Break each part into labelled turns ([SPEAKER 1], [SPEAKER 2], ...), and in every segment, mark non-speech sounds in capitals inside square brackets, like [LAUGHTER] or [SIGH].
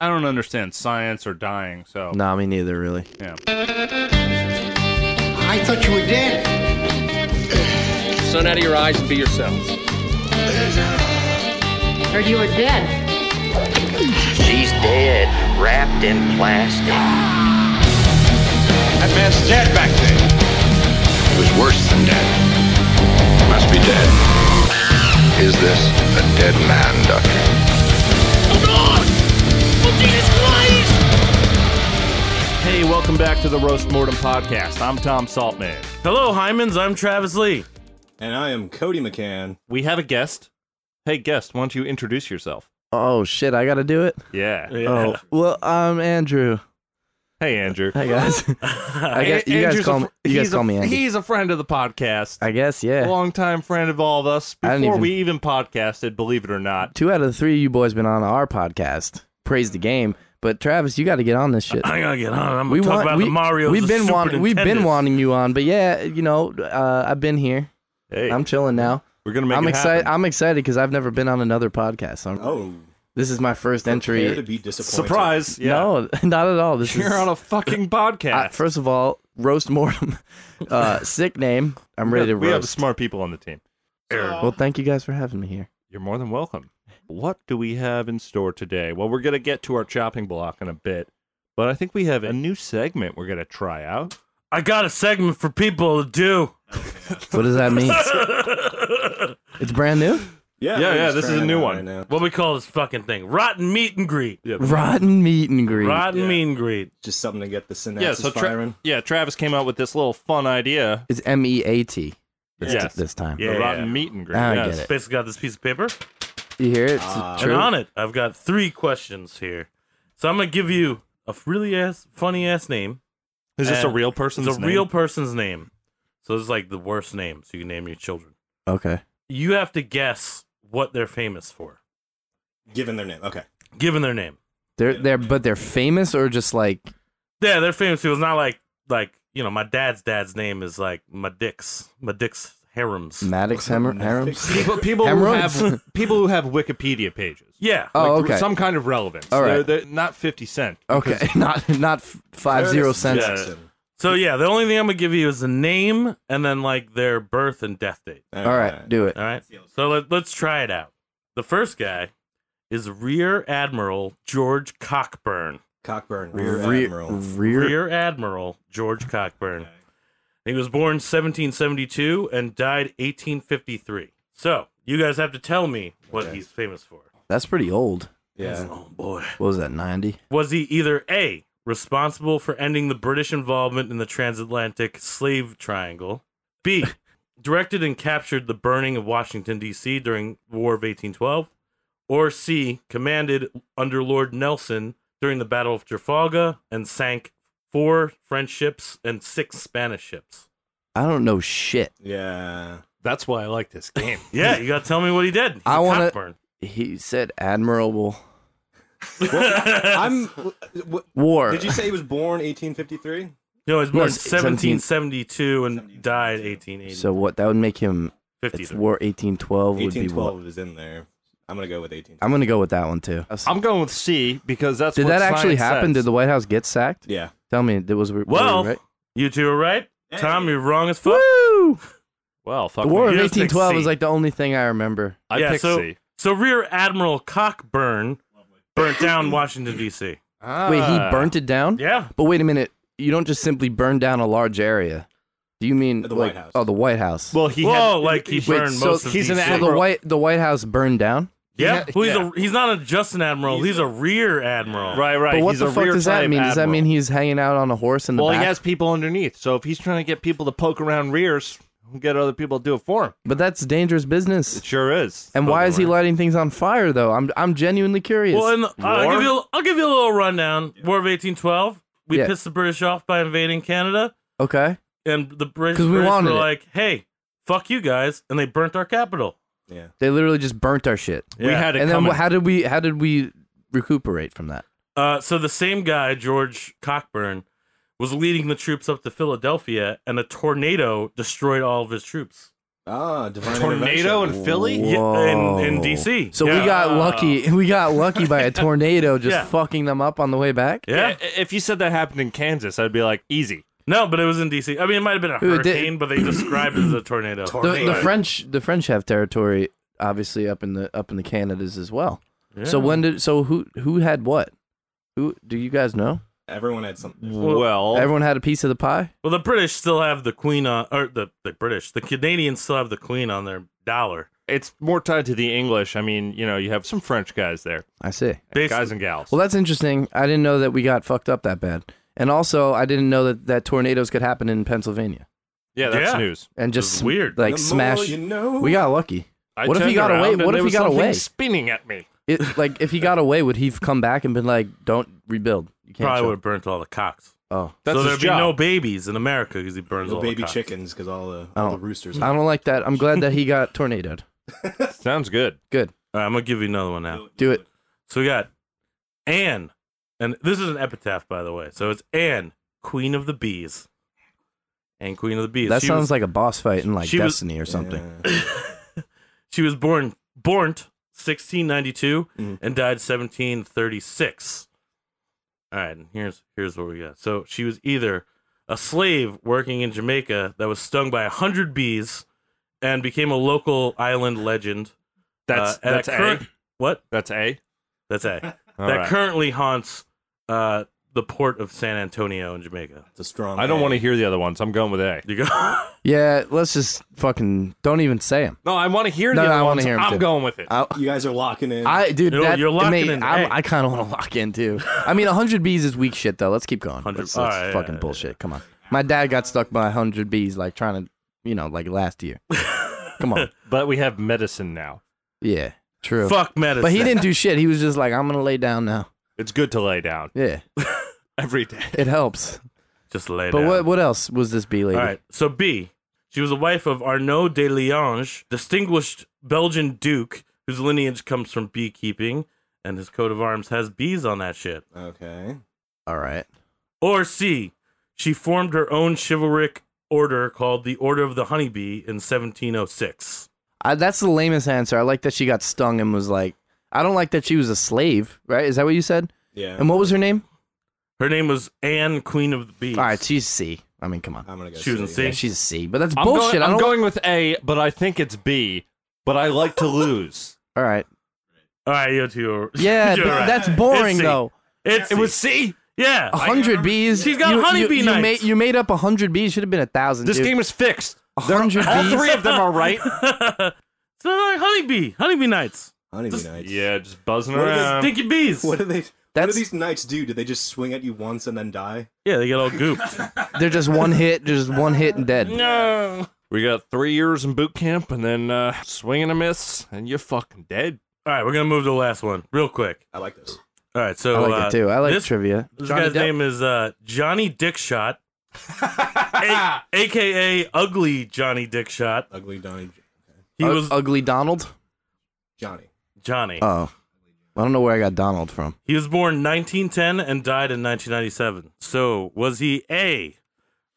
[SPEAKER 1] I don't understand science or dying. So
[SPEAKER 2] Nah, me neither, really.
[SPEAKER 1] yeah,
[SPEAKER 3] I thought you were dead.
[SPEAKER 4] Sun out of your eyes and be yourselves.
[SPEAKER 5] Heard you were dead.
[SPEAKER 6] She's dead, wrapped in plastic.
[SPEAKER 7] That man's dead back there. It was worse than dead. Must be dead. Is this a dead man, Doctor?
[SPEAKER 2] Hey, welcome back to the Roast Mortem Podcast. I'm Tom Saltman.
[SPEAKER 8] Hello, Hymans. I'm Travis Lee.
[SPEAKER 9] And I am Cody McCann.
[SPEAKER 1] we have a guest. Hey, guest, why don't you introduce yourself?
[SPEAKER 2] Oh shit, I gotta do it.
[SPEAKER 1] Yeah.
[SPEAKER 2] Oh well, I'm Andrew.
[SPEAKER 1] Hey, Andrew.
[SPEAKER 2] Hi guys. [LAUGHS] I
[SPEAKER 1] [LAUGHS]
[SPEAKER 2] guess you guys
[SPEAKER 1] Andrew's a
[SPEAKER 2] call
[SPEAKER 1] fr-
[SPEAKER 2] me. You guys
[SPEAKER 1] he's a-
[SPEAKER 2] call me Andy.
[SPEAKER 1] He's a friend of the podcast.
[SPEAKER 2] I guess yeah.
[SPEAKER 1] Longtime friend of all of us
[SPEAKER 2] I
[SPEAKER 1] before
[SPEAKER 2] didn't even-
[SPEAKER 1] we even podcasted, believe it or not.
[SPEAKER 2] Two out of the three of you boys been on our podcast. Praise the game, but Travis, you got to get on this
[SPEAKER 1] [LAUGHS]
[SPEAKER 2] shit.
[SPEAKER 8] I gotta get on. I'm gonna talk about
[SPEAKER 2] we,
[SPEAKER 8] the Mario.
[SPEAKER 2] We've
[SPEAKER 8] the
[SPEAKER 2] been
[SPEAKER 8] Super
[SPEAKER 2] wanting. We've been
[SPEAKER 8] Nintendos.
[SPEAKER 2] wanting you on, but yeah, you know, uh, I've been here.
[SPEAKER 1] Hey,
[SPEAKER 2] I'm chilling now.
[SPEAKER 1] we're gonna make
[SPEAKER 2] I'm
[SPEAKER 1] it
[SPEAKER 2] excited.
[SPEAKER 1] happen.
[SPEAKER 2] I'm excited because I've never been on another podcast. So I'm-
[SPEAKER 9] Oh,
[SPEAKER 2] this is my first
[SPEAKER 9] prepare to
[SPEAKER 2] entry.
[SPEAKER 9] be disappointed.
[SPEAKER 1] Surprise! Yeah.
[SPEAKER 2] No, [LAUGHS] not at all. This is
[SPEAKER 1] You're on a [LAUGHS] fucking
[SPEAKER 2] I-
[SPEAKER 1] podcast.
[SPEAKER 2] first of all, roast mortem. [LAUGHS] Uh, sick name. I'm ready to
[SPEAKER 1] we have
[SPEAKER 2] roast.
[SPEAKER 1] smart people on the team.
[SPEAKER 2] well, thank you guys for having me here.
[SPEAKER 1] You're more than welcome. What do we have in store today? Well, we're going to get to our chopping block in a bit, but I think we have a new segment we're going to try out.
[SPEAKER 8] I got a segment for people to do.
[SPEAKER 2] What does
[SPEAKER 1] [LAUGHS]
[SPEAKER 2] that mean? it's brand new.
[SPEAKER 1] Yeah,
[SPEAKER 9] Yeah, we're
[SPEAKER 1] yeah,
[SPEAKER 9] just
[SPEAKER 1] this is a
[SPEAKER 9] trying
[SPEAKER 1] new
[SPEAKER 9] it out
[SPEAKER 1] one.
[SPEAKER 9] right now.
[SPEAKER 8] What we call this fucking thing? Rotten meet and greet.
[SPEAKER 2] Rotten meat and grease.
[SPEAKER 8] Rotten meet and greet.
[SPEAKER 9] Just something to get the synapses
[SPEAKER 1] yeah, so Tra-
[SPEAKER 9] firing.
[SPEAKER 1] yeah, Travis came out with this little fun idea.
[SPEAKER 2] It's M E A T. This,
[SPEAKER 1] Yes.
[SPEAKER 2] this time.
[SPEAKER 1] The
[SPEAKER 8] Yeah.
[SPEAKER 1] rotten meat and grease.
[SPEAKER 2] I get
[SPEAKER 1] yes.
[SPEAKER 2] it.
[SPEAKER 8] Basically, got this piece of paper,
[SPEAKER 2] You hear it? It's
[SPEAKER 1] Uh,
[SPEAKER 2] true.
[SPEAKER 8] and on it, I've got three questions here. So I'm gonna give you a f- really ass, funny ass name.
[SPEAKER 1] Is this a
[SPEAKER 8] And
[SPEAKER 1] real person's
[SPEAKER 8] it's a
[SPEAKER 1] name?
[SPEAKER 8] real person's name. So this is like the worst name. So you can name your children.
[SPEAKER 2] Okay.
[SPEAKER 8] You have to guess what they're famous for,
[SPEAKER 9] Given their name. Okay.
[SPEAKER 8] given their name.
[SPEAKER 2] They're they're but they're famous or just like
[SPEAKER 8] Yeah, they're famous people. It's not like like you know, my dad's dad's name is like Madix Madix Harems.
[SPEAKER 2] Maddox Hammer Harems.
[SPEAKER 9] Netflix.
[SPEAKER 1] People, people, who
[SPEAKER 2] Hemorrhoids?
[SPEAKER 1] have, people who have Wikipedia pages.
[SPEAKER 8] yeah.
[SPEAKER 2] Oh, okay.
[SPEAKER 1] Some kind of relevance.
[SPEAKER 2] All
[SPEAKER 1] They're-
[SPEAKER 2] right.
[SPEAKER 1] they're not 50 Cent.
[SPEAKER 2] [LAUGHS] Okay, not not f- five zero cents.
[SPEAKER 9] Jackson.
[SPEAKER 8] So yeah, the only thing I'm gonna give you is the name and then like their birth and death date.
[SPEAKER 2] All right, do it.
[SPEAKER 8] All right. So let, let's try it out. The first guy is Rear Admiral George Cockburn.
[SPEAKER 9] Cockburn, Rear
[SPEAKER 2] Re-
[SPEAKER 9] Admiral.
[SPEAKER 2] rear.
[SPEAKER 8] Rear Admiral George Cockburn. He was born 1772 and died 1853. So you guys have to tell me what he's famous for.
[SPEAKER 2] That's pretty old.
[SPEAKER 9] Yeah.
[SPEAKER 8] Oh boy.
[SPEAKER 2] What was that? Ninety.
[SPEAKER 8] Was he either A, responsible for ending the British involvement in the transatlantic slave triangle, B, directed and captured the burning of Washington, D.C. during the War of 1812, or C, commanded under Lord Nelson during the Battle of Trafalgar and sank four French ships and six Spanish ships?
[SPEAKER 2] I don't know shit.
[SPEAKER 9] Yeah.
[SPEAKER 1] That's why I like this game.
[SPEAKER 8] Yeah, you gotta tell me what he did. He's
[SPEAKER 2] I
[SPEAKER 8] a
[SPEAKER 2] wanna-
[SPEAKER 8] cockburn.
[SPEAKER 2] He said admirable
[SPEAKER 9] I'm. What,
[SPEAKER 2] war. [LAUGHS]
[SPEAKER 9] did you say he was born 1853?
[SPEAKER 8] No, he was born
[SPEAKER 2] No, s-
[SPEAKER 8] 1772 and died 1880.
[SPEAKER 2] so what? That would make him.
[SPEAKER 8] 50
[SPEAKER 2] It's war eighteen twelve would be what?
[SPEAKER 9] 1812 is in there. I'm gonna go with 18.
[SPEAKER 2] I'm gonna go with that one too.
[SPEAKER 1] I'm going with C because that's
[SPEAKER 2] Did
[SPEAKER 1] what
[SPEAKER 2] that actually
[SPEAKER 1] science
[SPEAKER 2] happen?
[SPEAKER 1] says.
[SPEAKER 2] Did the White House get sacked?
[SPEAKER 9] Yeah.
[SPEAKER 2] Tell me, it was were we
[SPEAKER 8] Well,
[SPEAKER 2] right?
[SPEAKER 8] You two are right. Tom, you're wrong as fuck.
[SPEAKER 2] Woo!
[SPEAKER 1] Well, fuck
[SPEAKER 2] The War
[SPEAKER 1] me.
[SPEAKER 2] of
[SPEAKER 8] You just picked
[SPEAKER 2] eighteen twelve
[SPEAKER 8] C.
[SPEAKER 2] is like the only thing I remember.
[SPEAKER 1] I
[SPEAKER 8] Yeah,
[SPEAKER 1] picked
[SPEAKER 8] so-
[SPEAKER 1] C.
[SPEAKER 8] So Rear Admiral Cockburn burnt down Washington D.C.
[SPEAKER 2] Wait, he
[SPEAKER 1] Ah.
[SPEAKER 2] burnt it down?
[SPEAKER 8] [LAUGHS] Yeah,
[SPEAKER 2] But wait a minute, you don't just simply burn down a large area. Do you mean
[SPEAKER 9] The
[SPEAKER 2] like
[SPEAKER 9] White House.
[SPEAKER 2] oh the White House?
[SPEAKER 1] Well, he
[SPEAKER 8] Whoa,
[SPEAKER 1] had,
[SPEAKER 8] like he
[SPEAKER 2] wait,
[SPEAKER 8] burned
[SPEAKER 2] so
[SPEAKER 8] most of
[SPEAKER 1] he's an
[SPEAKER 8] DC.
[SPEAKER 2] so the
[SPEAKER 1] Admiral-
[SPEAKER 2] White the White House burned down?
[SPEAKER 8] Yeah,
[SPEAKER 1] he-
[SPEAKER 8] well, he's
[SPEAKER 1] yeah.
[SPEAKER 8] a he's not a just an admiral. He's, a Rear Admiral.
[SPEAKER 1] right, right.
[SPEAKER 2] But what
[SPEAKER 1] he's
[SPEAKER 2] the
[SPEAKER 1] a
[SPEAKER 2] fuck
[SPEAKER 1] rear
[SPEAKER 2] does that
[SPEAKER 1] type
[SPEAKER 2] mean? Does that
[SPEAKER 1] admiral.
[SPEAKER 2] mean he's hanging out on a horse in the
[SPEAKER 1] Well,
[SPEAKER 2] back?
[SPEAKER 1] he has people underneath, so if he's trying to get people to poke around rears, he'll get other people to do it for him.
[SPEAKER 2] but that's dangerous business.
[SPEAKER 1] It sure is.
[SPEAKER 2] And why
[SPEAKER 1] Poking
[SPEAKER 2] is he
[SPEAKER 1] around.
[SPEAKER 2] lighting things on fire though? I'm I'm genuinely curious.
[SPEAKER 8] Well, and uh, I'll
[SPEAKER 1] War?
[SPEAKER 8] give you a, I'll give you a little rundown. War of eighteen twelve. We
[SPEAKER 2] Yeah.
[SPEAKER 8] pissed the British off by invading Canada,
[SPEAKER 2] okay.
[SPEAKER 8] and the British,
[SPEAKER 2] 'Cause we
[SPEAKER 8] British
[SPEAKER 2] wanted
[SPEAKER 8] were
[SPEAKER 2] it.
[SPEAKER 8] like, "Hey, fuck you guys," and they burnt our capital.
[SPEAKER 9] Yeah.
[SPEAKER 2] They literally just burnt our shit.
[SPEAKER 1] We had it
[SPEAKER 2] And then
[SPEAKER 1] coming.
[SPEAKER 2] wh- how did we how did we recuperate from that?
[SPEAKER 8] Uh, so the same guy, George Cockburn, was leading the troops up to Philadelphia, and a tornado destroyed all of his troops.
[SPEAKER 9] Ah, divine
[SPEAKER 1] Tornado
[SPEAKER 9] intervention.
[SPEAKER 1] in Philly?
[SPEAKER 2] Whoa.
[SPEAKER 8] Yeah, in, in DC.
[SPEAKER 2] So
[SPEAKER 8] Yeah.
[SPEAKER 2] we got lucky. [LAUGHS] We got lucky
[SPEAKER 8] [LAUGHS]
[SPEAKER 2] by a tornado just
[SPEAKER 8] Yeah.
[SPEAKER 2] fucking them up on the way back.
[SPEAKER 8] Yeah.
[SPEAKER 1] I- If you said that happened in Kansas, I'd be like, easy.
[SPEAKER 8] No, but it was in DC. I mean, it might have been a
[SPEAKER 2] Ooh, it did-
[SPEAKER 8] hurricane, but they described it as a tornado.
[SPEAKER 2] The,
[SPEAKER 9] Tornado.
[SPEAKER 2] the French, the French have territory, obviously up in the up in the Canadas as well.
[SPEAKER 8] Yeah.
[SPEAKER 2] So when did so who who had what? Who do you guys know?
[SPEAKER 9] Everyone had something.
[SPEAKER 1] Well,
[SPEAKER 2] Everyone had a piece of the pie.
[SPEAKER 8] Well, the British still have the queen on, or the, the British, the Canadians still have the queen on their dollar.
[SPEAKER 1] it's more tied to the English. I mean, you know, you have some French guys there,
[SPEAKER 2] I see.
[SPEAKER 8] Basically-
[SPEAKER 1] guys and gals.
[SPEAKER 2] Well, that's interesting. I didn't know that we got fucked up that bad, and also I didn't know that that tornadoes could happen in Pennsylvania
[SPEAKER 1] yeah, that's
[SPEAKER 8] Yeah.
[SPEAKER 1] news.
[SPEAKER 2] and just
[SPEAKER 8] It's weird.
[SPEAKER 2] Like
[SPEAKER 9] The more
[SPEAKER 2] smash.
[SPEAKER 9] you know.
[SPEAKER 2] We got lucky.
[SPEAKER 1] I
[SPEAKER 2] What if
[SPEAKER 1] turned
[SPEAKER 2] he got
[SPEAKER 1] around
[SPEAKER 2] away-
[SPEAKER 1] and
[SPEAKER 2] what if
[SPEAKER 1] there
[SPEAKER 2] he
[SPEAKER 1] was
[SPEAKER 2] got
[SPEAKER 1] something
[SPEAKER 2] away?
[SPEAKER 1] Spinning at me.
[SPEAKER 2] It, like if he got away, would he have come back and been like, "Don't rebuild"? You can't.
[SPEAKER 8] Probably
[SPEAKER 2] show-
[SPEAKER 8] would have burnt all the cocks.
[SPEAKER 2] Oh,
[SPEAKER 1] That's
[SPEAKER 8] so
[SPEAKER 1] his
[SPEAKER 8] there'd be
[SPEAKER 1] job.
[SPEAKER 8] no babies in America because he burns
[SPEAKER 9] the
[SPEAKER 8] all the
[SPEAKER 9] baby
[SPEAKER 8] cocks.
[SPEAKER 9] chickens because all the, all
[SPEAKER 2] Oh.
[SPEAKER 9] the roosters.
[SPEAKER 2] I don't like that. I'm glad that he got tornadoed.
[SPEAKER 1] Sounds good.
[SPEAKER 2] Good.
[SPEAKER 8] All right, I'm gonna give you another one now.
[SPEAKER 2] Do it.
[SPEAKER 8] So we got Anne, and this is an epitaph, by the way. So it's Anne, Queen of the Bees, and Queen of the Bees.
[SPEAKER 2] That
[SPEAKER 8] She
[SPEAKER 2] sounds
[SPEAKER 8] was-
[SPEAKER 2] like a boss fight in like
[SPEAKER 8] she was-
[SPEAKER 2] Destiny or something.
[SPEAKER 9] Yeah.
[SPEAKER 8] she was born Bornt 1692
[SPEAKER 9] Mhm.
[SPEAKER 8] and died 1736. All right, and here's here's what we got. So she was either a slave working in Jamaica that was stung by a hundred bees and became a local island legend.
[SPEAKER 1] That's
[SPEAKER 8] uh, and
[SPEAKER 1] that's
[SPEAKER 8] a
[SPEAKER 1] a.
[SPEAKER 8] current- What?
[SPEAKER 1] That's a.
[SPEAKER 2] [LAUGHS]
[SPEAKER 8] That's A.
[SPEAKER 1] All
[SPEAKER 8] that
[SPEAKER 1] right.
[SPEAKER 8] currently haunts uh, the port of San Antonio in Jamaica.
[SPEAKER 9] It's a strong.
[SPEAKER 1] I don't want to
[SPEAKER 9] egg.
[SPEAKER 1] hear the other ones. I'm going with a.
[SPEAKER 8] You go.
[SPEAKER 2] Yeah, let's just fucking don't even say him.
[SPEAKER 1] No, I want to hear
[SPEAKER 2] No,
[SPEAKER 1] the
[SPEAKER 2] no,
[SPEAKER 1] other
[SPEAKER 2] I wanna
[SPEAKER 1] ones.
[SPEAKER 2] hear 'em
[SPEAKER 1] I'm
[SPEAKER 2] too. Uh,
[SPEAKER 1] going with it.
[SPEAKER 2] I,
[SPEAKER 9] You guys are locking in.
[SPEAKER 2] I dude,
[SPEAKER 8] You're-
[SPEAKER 2] that,
[SPEAKER 8] you're locking
[SPEAKER 2] mate,
[SPEAKER 8] in,
[SPEAKER 2] I'm,
[SPEAKER 8] hey.
[SPEAKER 2] I kind of want to lock in too. I mean, hundred bees is weak shit though. Let's keep going.
[SPEAKER 8] 100
[SPEAKER 2] Let's, let's
[SPEAKER 8] all right,
[SPEAKER 2] fucking
[SPEAKER 8] yeah,
[SPEAKER 2] bullshit. Come on. My dad got stuck by hundred bees, like trying to, you know, like last year. Come
[SPEAKER 8] [LAUGHS]
[SPEAKER 2] on.
[SPEAKER 1] But we have medicine now.
[SPEAKER 2] Yeah. [LAUGHS] True.
[SPEAKER 8] Fuck medicine.
[SPEAKER 2] But he didn't do shit. He was just like, I'm gonna lay down now.
[SPEAKER 1] It's good to lay down
[SPEAKER 2] Yeah,
[SPEAKER 1] every day.
[SPEAKER 2] it helps.
[SPEAKER 8] Just lay
[SPEAKER 2] But
[SPEAKER 8] down.
[SPEAKER 2] what what else was this bee lady?
[SPEAKER 8] All right. So B, she was the wife of Arnaud de Liange, distinguished Belgian duke whose lineage comes from beekeeping, and his coat of arms has bees on that shit.
[SPEAKER 9] Okay.
[SPEAKER 2] All right.
[SPEAKER 8] Or C, she formed her own chivalric order called the Order of the Honeybee in 1706.
[SPEAKER 2] I, that's the lamest answer. I like that she got stung and was like, I don't like that she was a slave, right? Is that what you said?
[SPEAKER 9] Yeah.
[SPEAKER 2] And what was her name?
[SPEAKER 8] Her name was Anne, Queen of the Bees.
[SPEAKER 2] All right, she's C. I mean, come on.
[SPEAKER 9] I'm gonna go.
[SPEAKER 8] She was in
[SPEAKER 9] see.
[SPEAKER 8] C.
[SPEAKER 2] Yeah, she's a C, but that's
[SPEAKER 1] I'm
[SPEAKER 2] bullshit.
[SPEAKER 1] Going,
[SPEAKER 2] I
[SPEAKER 1] I'm
[SPEAKER 2] don't.
[SPEAKER 1] going with a, but I think it's b. But I like to [LAUGHS] lose.
[SPEAKER 2] All
[SPEAKER 8] [LAUGHS]
[SPEAKER 2] right.
[SPEAKER 8] All right, you two. [LAUGHS] Are,
[SPEAKER 2] Yeah,
[SPEAKER 8] you're
[SPEAKER 2] but
[SPEAKER 8] right.
[SPEAKER 2] that's boring
[SPEAKER 8] It's C.
[SPEAKER 2] though.
[SPEAKER 8] It's
[SPEAKER 1] It
[SPEAKER 8] C.
[SPEAKER 1] was c.
[SPEAKER 8] yeah.
[SPEAKER 2] A hundred bees.
[SPEAKER 8] She's got
[SPEAKER 2] you,
[SPEAKER 8] honeybee
[SPEAKER 2] you, you
[SPEAKER 8] nights.
[SPEAKER 2] made, you made up a hundred bees. Should have been a thousand.
[SPEAKER 1] This
[SPEAKER 2] dude.
[SPEAKER 1] game is [LAUGHS] fixed.
[SPEAKER 2] a hundred
[SPEAKER 1] All
[SPEAKER 2] bees.
[SPEAKER 1] three of them are [LAUGHS] right.
[SPEAKER 8] it's not like honeybee. Honeybee nights.
[SPEAKER 9] Honeybee nights.
[SPEAKER 1] just buzzing
[SPEAKER 9] What is
[SPEAKER 8] Stinky bees.
[SPEAKER 9] [LAUGHS] What do they? What do
[SPEAKER 2] That's-
[SPEAKER 9] these knights do? Do they just swing at you once and then die?
[SPEAKER 8] Yeah, they get
[SPEAKER 2] [LAUGHS]
[SPEAKER 8] all gooped.
[SPEAKER 2] They're just one hit. They're just one hit and dead.
[SPEAKER 8] no.
[SPEAKER 1] We got three years in boot camp, and then uh, swing and a miss, and you're fucking dead.
[SPEAKER 8] All right, we're gonna move to the last one real quick.
[SPEAKER 9] I like this.
[SPEAKER 8] All right, so
[SPEAKER 2] I like
[SPEAKER 8] uh,
[SPEAKER 2] it too. I like
[SPEAKER 8] this,
[SPEAKER 2] trivia.
[SPEAKER 8] This
[SPEAKER 2] Johnny
[SPEAKER 8] guy's
[SPEAKER 2] Depp.
[SPEAKER 8] name is uh, Johnny Dickshot, a- aka Ugly Johnny Dickshot.
[SPEAKER 9] Ugly Donny J-
[SPEAKER 8] He
[SPEAKER 2] U-
[SPEAKER 8] was
[SPEAKER 2] ugly Donald.
[SPEAKER 9] Johnny.
[SPEAKER 8] Johnny.
[SPEAKER 2] Oh, I don't know where I got Donald from.
[SPEAKER 8] He was born 1910 and died in 1997. So was he A,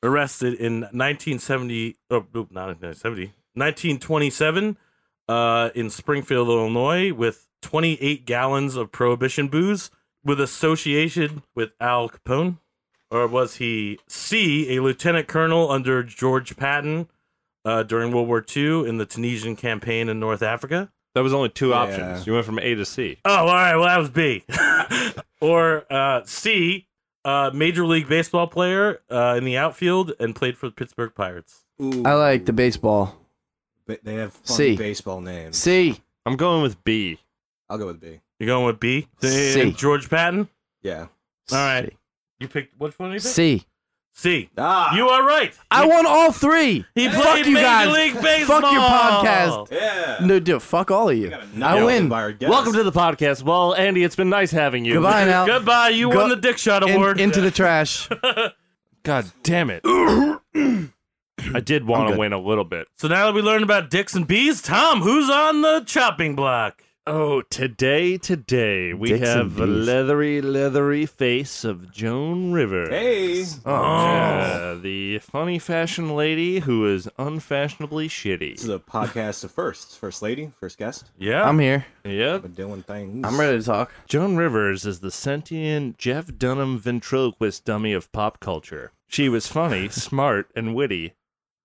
[SPEAKER 8] arrested in 1970? Oh, nope, not 1970. 1927 uh, in Springfield, Illinois, with 28 gallons of prohibition booze with association with Al Capone? Or was he C, a lieutenant colonel under George Patton uh, during World War II in the Tunisian campaign in North Africa?
[SPEAKER 1] That was only two
[SPEAKER 9] Yeah.
[SPEAKER 1] options. You went from A to C.
[SPEAKER 8] Oh, all right. Well, that was B. [LAUGHS] or uh, C, uh, Major League Baseball player uh, in the outfield and played for the Pittsburgh Pirates.
[SPEAKER 9] Ooh.
[SPEAKER 2] I like the baseball.
[SPEAKER 9] Ba- they have fun
[SPEAKER 2] C.
[SPEAKER 9] baseball names.
[SPEAKER 2] C.
[SPEAKER 1] I'm going with B.
[SPEAKER 9] I'll go with B.
[SPEAKER 8] You're going with B?
[SPEAKER 2] C.
[SPEAKER 8] And George Patton?
[SPEAKER 9] Yeah.
[SPEAKER 8] All right. You picked which one did you pick?
[SPEAKER 2] C.
[SPEAKER 8] C.
[SPEAKER 9] Ah.
[SPEAKER 8] You are right.
[SPEAKER 2] I won all three.
[SPEAKER 8] He
[SPEAKER 2] Fuck
[SPEAKER 8] played
[SPEAKER 2] you
[SPEAKER 8] Major
[SPEAKER 2] guys.
[SPEAKER 8] League Baseball.
[SPEAKER 2] Fuck your podcast.
[SPEAKER 9] Yeah.
[SPEAKER 2] No, dude, fuck all of you. I win.
[SPEAKER 1] Welcome to the podcast. Well, Andy, it's been nice having you.
[SPEAKER 2] Goodbye now.
[SPEAKER 8] Goodbye. You
[SPEAKER 2] Go-
[SPEAKER 8] won the Dick Shot
[SPEAKER 2] In-
[SPEAKER 8] Award.
[SPEAKER 2] into the trash.
[SPEAKER 1] God damn [CLEARS THROAT] it. I did want
[SPEAKER 2] I'm
[SPEAKER 1] to
[SPEAKER 2] good.
[SPEAKER 1] win a little bit.
[SPEAKER 8] so now that we learned about dicks and bees, Tom, who's on the chopping block?
[SPEAKER 1] Oh, today, today we
[SPEAKER 2] Dicks and
[SPEAKER 1] have the
[SPEAKER 2] Dees.
[SPEAKER 1] leathery, leathery face of Joan Rivers.
[SPEAKER 9] Hey. Oh.
[SPEAKER 2] Oh,
[SPEAKER 1] Uh, the funny fashion lady who is unfashionably
[SPEAKER 9] This is
[SPEAKER 1] shitty.
[SPEAKER 9] a podcast of firsts. First lady, first guest.
[SPEAKER 8] Yeah.
[SPEAKER 2] I'm here.
[SPEAKER 1] Yep.
[SPEAKER 9] Been doing things.
[SPEAKER 2] I'm ready to talk.
[SPEAKER 1] Joan Rivers is the sentient Jeff Dunham ventriloquist dummy of pop culture. She was funny, smart, and witty,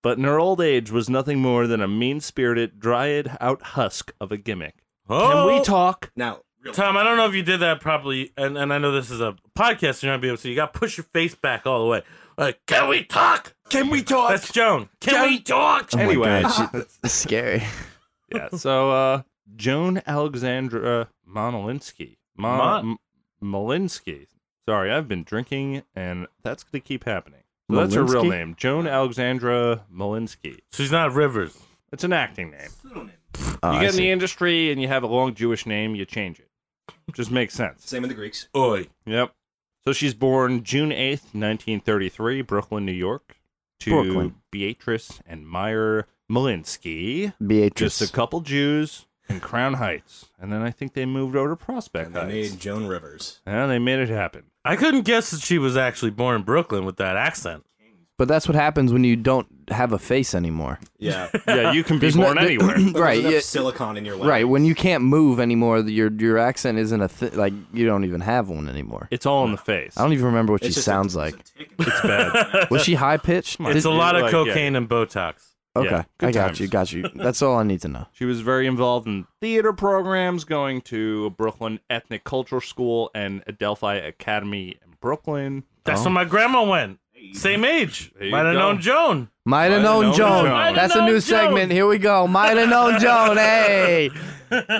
[SPEAKER 1] but in her old age was nothing more than a mean spirited, dried out husk of a gimmick.
[SPEAKER 8] oh,
[SPEAKER 1] Can we talk?
[SPEAKER 9] Now,
[SPEAKER 8] Tom, I don't know if you did that properly, and, and I know this is a podcast, you're not gonna be able to see. You got to push your face back all the way. Like, can we talk?
[SPEAKER 1] Can we talk?
[SPEAKER 8] That's Joan. Can we talk?
[SPEAKER 2] Oh my
[SPEAKER 1] Anyway.
[SPEAKER 9] [LAUGHS]
[SPEAKER 2] God, she- that's scary.
[SPEAKER 1] yeah. So uh Joan Alexandra Molinsky.
[SPEAKER 8] Mon-
[SPEAKER 1] Mon- M- Molinsky. Sorry, I've been drinking and that's going to keep happening. So that's her real
[SPEAKER 2] Molinsky?
[SPEAKER 1] name, Joan Alexandra Molinsky.
[SPEAKER 8] She's not Rivers.
[SPEAKER 1] It's an acting name.
[SPEAKER 2] Oh,
[SPEAKER 1] you
[SPEAKER 2] I
[SPEAKER 1] get in
[SPEAKER 2] see.
[SPEAKER 1] the industry and you have a long Jewish name, you change it. Just makes sense.
[SPEAKER 9] same in the Greeks.
[SPEAKER 8] Oi.
[SPEAKER 1] Yep. So she's born June 8th, 1933, Brooklyn, New York, to
[SPEAKER 2] Brooklyn.
[SPEAKER 1] Beatrice and Meyer Molinsky.
[SPEAKER 2] Beatrice.
[SPEAKER 1] just a couple Jews in Crown Heights, and then I think they moved over to Prospect
[SPEAKER 9] And they
[SPEAKER 1] Heights.
[SPEAKER 9] made Joan Rivers.
[SPEAKER 1] And they made it happen.
[SPEAKER 8] I couldn't guess that she was actually born in Brooklyn with that accent.
[SPEAKER 2] but that's what happens when you don't have a face anymore. [LAUGHS]
[SPEAKER 9] Yeah.
[SPEAKER 1] Yeah, you can be
[SPEAKER 2] There's no-
[SPEAKER 1] born
[SPEAKER 2] there- [CLEARS THROAT]
[SPEAKER 1] anywhere.
[SPEAKER 2] right.
[SPEAKER 9] There's enough
[SPEAKER 2] yeah,
[SPEAKER 9] silicon in your life.
[SPEAKER 2] right. When you can't move anymore, the- your your accent isn't a thi- like you don't even have one anymore.
[SPEAKER 1] It's all in the face.
[SPEAKER 2] I don't even remember what
[SPEAKER 9] It's
[SPEAKER 2] she
[SPEAKER 9] just a-
[SPEAKER 2] sounds
[SPEAKER 9] it's a
[SPEAKER 2] like.
[SPEAKER 9] ticket.
[SPEAKER 1] It's bad.
[SPEAKER 9] [LAUGHS]
[SPEAKER 2] Was she high pitched?
[SPEAKER 8] It's a lot of
[SPEAKER 1] Like, yeah.
[SPEAKER 8] cocaine and Botox.
[SPEAKER 2] Okay,
[SPEAKER 1] Yeah, good
[SPEAKER 2] I got
[SPEAKER 1] times.
[SPEAKER 2] you. Got you. That's all I need to know.
[SPEAKER 1] she was very involved in theater programs, going to Brooklyn Ethnic Cultural School and Adelphi Academy in Brooklyn. Oh.
[SPEAKER 8] That's where my grandma went. Same age.
[SPEAKER 1] There you
[SPEAKER 8] Might have
[SPEAKER 1] go.
[SPEAKER 8] known Joan.
[SPEAKER 2] Might have
[SPEAKER 1] Mighta
[SPEAKER 2] known,
[SPEAKER 1] known
[SPEAKER 2] Joan.
[SPEAKER 1] Joan. Mighta
[SPEAKER 2] That's
[SPEAKER 8] known
[SPEAKER 2] a new
[SPEAKER 8] Joan.
[SPEAKER 2] segment. Here we go. Might have known
[SPEAKER 9] [LAUGHS]
[SPEAKER 2] Joan. Hey,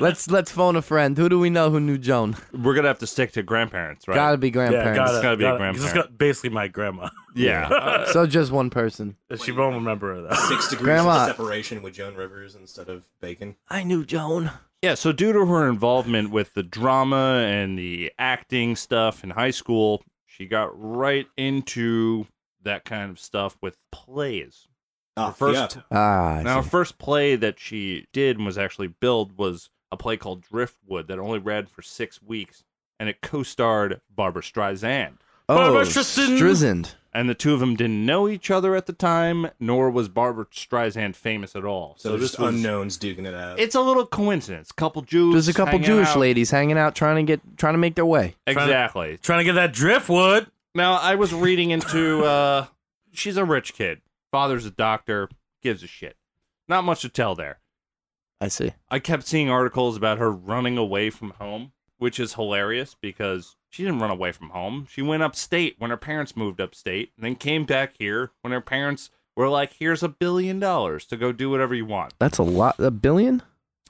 [SPEAKER 2] let's let's phone a friend. Who do we know who knew Joan?
[SPEAKER 1] We're gonna have to stick to grandparents, right?
[SPEAKER 2] Gotta be grandparents.
[SPEAKER 8] gotta-
[SPEAKER 1] It's gotta be a
[SPEAKER 8] gotta- 'cause it's
[SPEAKER 1] grandparent.
[SPEAKER 8] got- basically my grandma.
[SPEAKER 1] yeah. [LAUGHS]
[SPEAKER 2] So just one person.
[SPEAKER 8] [LAUGHS] She won't remember her though.
[SPEAKER 9] Six degrees
[SPEAKER 2] Grandma.
[SPEAKER 9] of separation with Joan Rivers instead of bacon.
[SPEAKER 2] I knew Joan.
[SPEAKER 1] Yeah, so due to her involvement with the drama and the acting stuff in high school, she got right into that kind of stuff with plays.
[SPEAKER 9] Ah,
[SPEAKER 1] Her first,
[SPEAKER 9] yeah.
[SPEAKER 2] Ah, I
[SPEAKER 1] now, her
[SPEAKER 2] see.
[SPEAKER 1] first play that she did and was actually billed was a play called Driftwood that only ran for six weeks, and it co-starred Barbara Streisand.
[SPEAKER 2] oh,
[SPEAKER 8] Barbra Streisand.
[SPEAKER 2] Streisand.
[SPEAKER 1] And the two of them didn't know each other at the time, nor was Barbara Streisand famous at all.
[SPEAKER 9] So, just
[SPEAKER 1] was-
[SPEAKER 9] unknowns duking it out.
[SPEAKER 1] It's a little coincidence. Couple Jews.
[SPEAKER 2] There's a couple
[SPEAKER 1] hanging
[SPEAKER 2] Jewish
[SPEAKER 1] out.
[SPEAKER 2] ladies hanging out, trying to get, trying to make their way.
[SPEAKER 1] Exactly.
[SPEAKER 8] Trying to get that driftwood.
[SPEAKER 1] Now I was reading into uh she's a rich kid. Father's a doctor, gives a shit. Not much to tell there.
[SPEAKER 2] I see.
[SPEAKER 1] I kept seeing articles about her running away from home, which is hilarious because she didn't run away from home. She went upstate when her parents moved upstate and then came back here when her parents were like, here's a billion dollars to go do whatever you want.
[SPEAKER 2] That's a lot. A billion?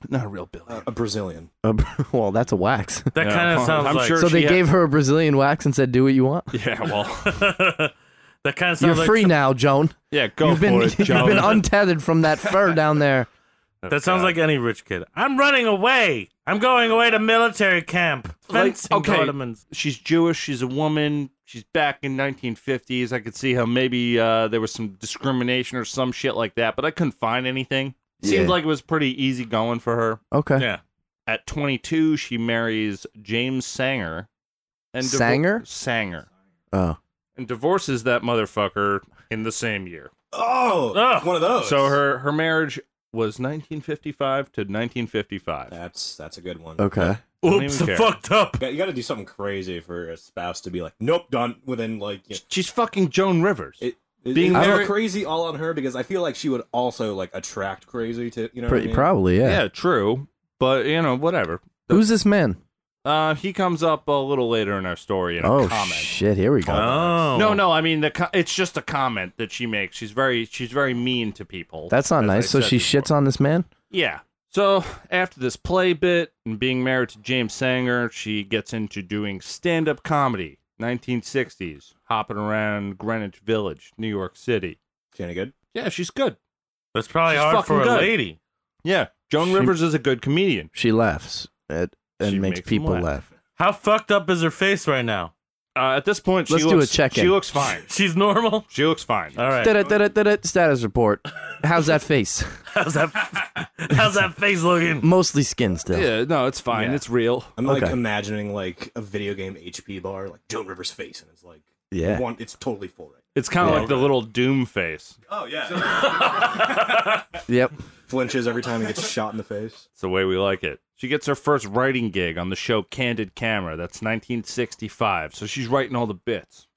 [SPEAKER 1] Not a real billion.
[SPEAKER 9] Uh, a Brazilian.
[SPEAKER 2] A, [LAUGHS] well, that's a wax. [LAUGHS]
[SPEAKER 8] That
[SPEAKER 1] Yeah.
[SPEAKER 8] kind of sounds
[SPEAKER 1] I'm
[SPEAKER 8] like.
[SPEAKER 1] sure-
[SPEAKER 2] So they
[SPEAKER 1] she had-
[SPEAKER 2] gave her a Brazilian wax and said, "Do what you want.
[SPEAKER 1] Yeah, well,
[SPEAKER 8] [LAUGHS]
[SPEAKER 1] [LAUGHS]
[SPEAKER 8] that kind of sounds
[SPEAKER 2] You're
[SPEAKER 8] like.
[SPEAKER 2] free now, Joan.
[SPEAKER 1] yeah, go
[SPEAKER 2] you've
[SPEAKER 1] for
[SPEAKER 2] been
[SPEAKER 1] it,
[SPEAKER 2] [LAUGHS] you've
[SPEAKER 1] Joe.
[SPEAKER 2] been untethered from
[SPEAKER 1] [LAUGHS]
[SPEAKER 2] that fur down there.
[SPEAKER 8] That sounds like any rich kid. I'm running away. I'm going away to military camp.
[SPEAKER 1] Like,
[SPEAKER 8] Fencing
[SPEAKER 1] okay,
[SPEAKER 8] tournaments.
[SPEAKER 1] she's Jewish. She's a woman. She's back in 1950s. I could see how maybe uh, there was some discrimination or some shit like that, but I couldn't find anything. Seems
[SPEAKER 2] Yeah.
[SPEAKER 1] like it was pretty easy going for her.
[SPEAKER 2] Okay.
[SPEAKER 8] Yeah.
[SPEAKER 1] At 22, she marries James Sanger. And divor-
[SPEAKER 2] Sanger?
[SPEAKER 1] Sanger.
[SPEAKER 2] Oh.
[SPEAKER 1] And divorces that motherfucker in the same year.
[SPEAKER 9] Oh,
[SPEAKER 8] Ugh.
[SPEAKER 9] one of those.
[SPEAKER 1] Ah, So her, her marriage was 1955 to 1955.
[SPEAKER 9] That's that's a good one.
[SPEAKER 2] Okay.
[SPEAKER 1] Don't
[SPEAKER 8] Oops,
[SPEAKER 1] even care.
[SPEAKER 8] fucked up.
[SPEAKER 9] You got to do something crazy for a spouse to be like, nope, done within like you know,
[SPEAKER 1] She's fucking Joan Rivers.
[SPEAKER 9] it. it-
[SPEAKER 1] Being
[SPEAKER 9] it's all
[SPEAKER 1] married-
[SPEAKER 9] crazy all on her because I feel like she would also like attract crazy to you know. what I
[SPEAKER 2] Pretty
[SPEAKER 9] mean?
[SPEAKER 2] probably, yeah.
[SPEAKER 1] yeah, true. But, you know, whatever.
[SPEAKER 2] Who's this man?
[SPEAKER 1] Uh, he comes up a little later in our story in a
[SPEAKER 2] Oh
[SPEAKER 1] comment.
[SPEAKER 2] shit, here we go.
[SPEAKER 8] Oh.
[SPEAKER 1] no, no, I mean the co- it's just a comment that she makes. She's very she's very mean to people.
[SPEAKER 2] That's not
[SPEAKER 1] as I
[SPEAKER 2] nice. So
[SPEAKER 1] said
[SPEAKER 2] she
[SPEAKER 1] before.
[SPEAKER 2] shits on this man?
[SPEAKER 1] Yeah. So after this play bit and being married to James Sanger, she gets into doing stand up comedy. 1960s, hopping around Greenwich Village, New York City.
[SPEAKER 9] She any good?
[SPEAKER 1] Yeah, she's good.
[SPEAKER 8] That's probably
[SPEAKER 1] She's
[SPEAKER 8] hard
[SPEAKER 1] fucking
[SPEAKER 8] for a
[SPEAKER 1] good.
[SPEAKER 8] lady.
[SPEAKER 1] Yeah, Joan
[SPEAKER 2] She-
[SPEAKER 1] Rivers is a good comedian.
[SPEAKER 2] She laughs at, and
[SPEAKER 1] She
[SPEAKER 2] makes,
[SPEAKER 1] makes them
[SPEAKER 2] people
[SPEAKER 1] laugh.
[SPEAKER 2] laugh.
[SPEAKER 8] How fucked up is her face right now?
[SPEAKER 1] Uh, at this point,
[SPEAKER 2] Let's
[SPEAKER 1] she
[SPEAKER 2] do
[SPEAKER 1] looks,
[SPEAKER 2] a check-in.
[SPEAKER 1] She looks fine.
[SPEAKER 8] She's normal.
[SPEAKER 1] She looks fine.
[SPEAKER 8] All right.
[SPEAKER 2] Da-da-da-da-da-da. Status report. How's that
[SPEAKER 1] [LAUGHS]
[SPEAKER 2] face?
[SPEAKER 8] How's that? [LAUGHS] How's that face looking?
[SPEAKER 2] Mostly skin still.
[SPEAKER 1] yeah, no, it's fine.
[SPEAKER 9] Yeah.
[SPEAKER 1] It's real.
[SPEAKER 9] I'm like
[SPEAKER 2] Okay.
[SPEAKER 9] imagining like a video game HP bar, like Joan Rivers' face, and it's like
[SPEAKER 2] Yeah.
[SPEAKER 9] one. It's totally full right.
[SPEAKER 1] It's kind of like the little Doom face.
[SPEAKER 9] Oh yeah,
[SPEAKER 2] Yep.
[SPEAKER 9] flinches every time he gets shot in the face.
[SPEAKER 1] It's the way we like it. She gets her first writing gig on the show Candid Camera. That's 1965. So she's writing all the bits.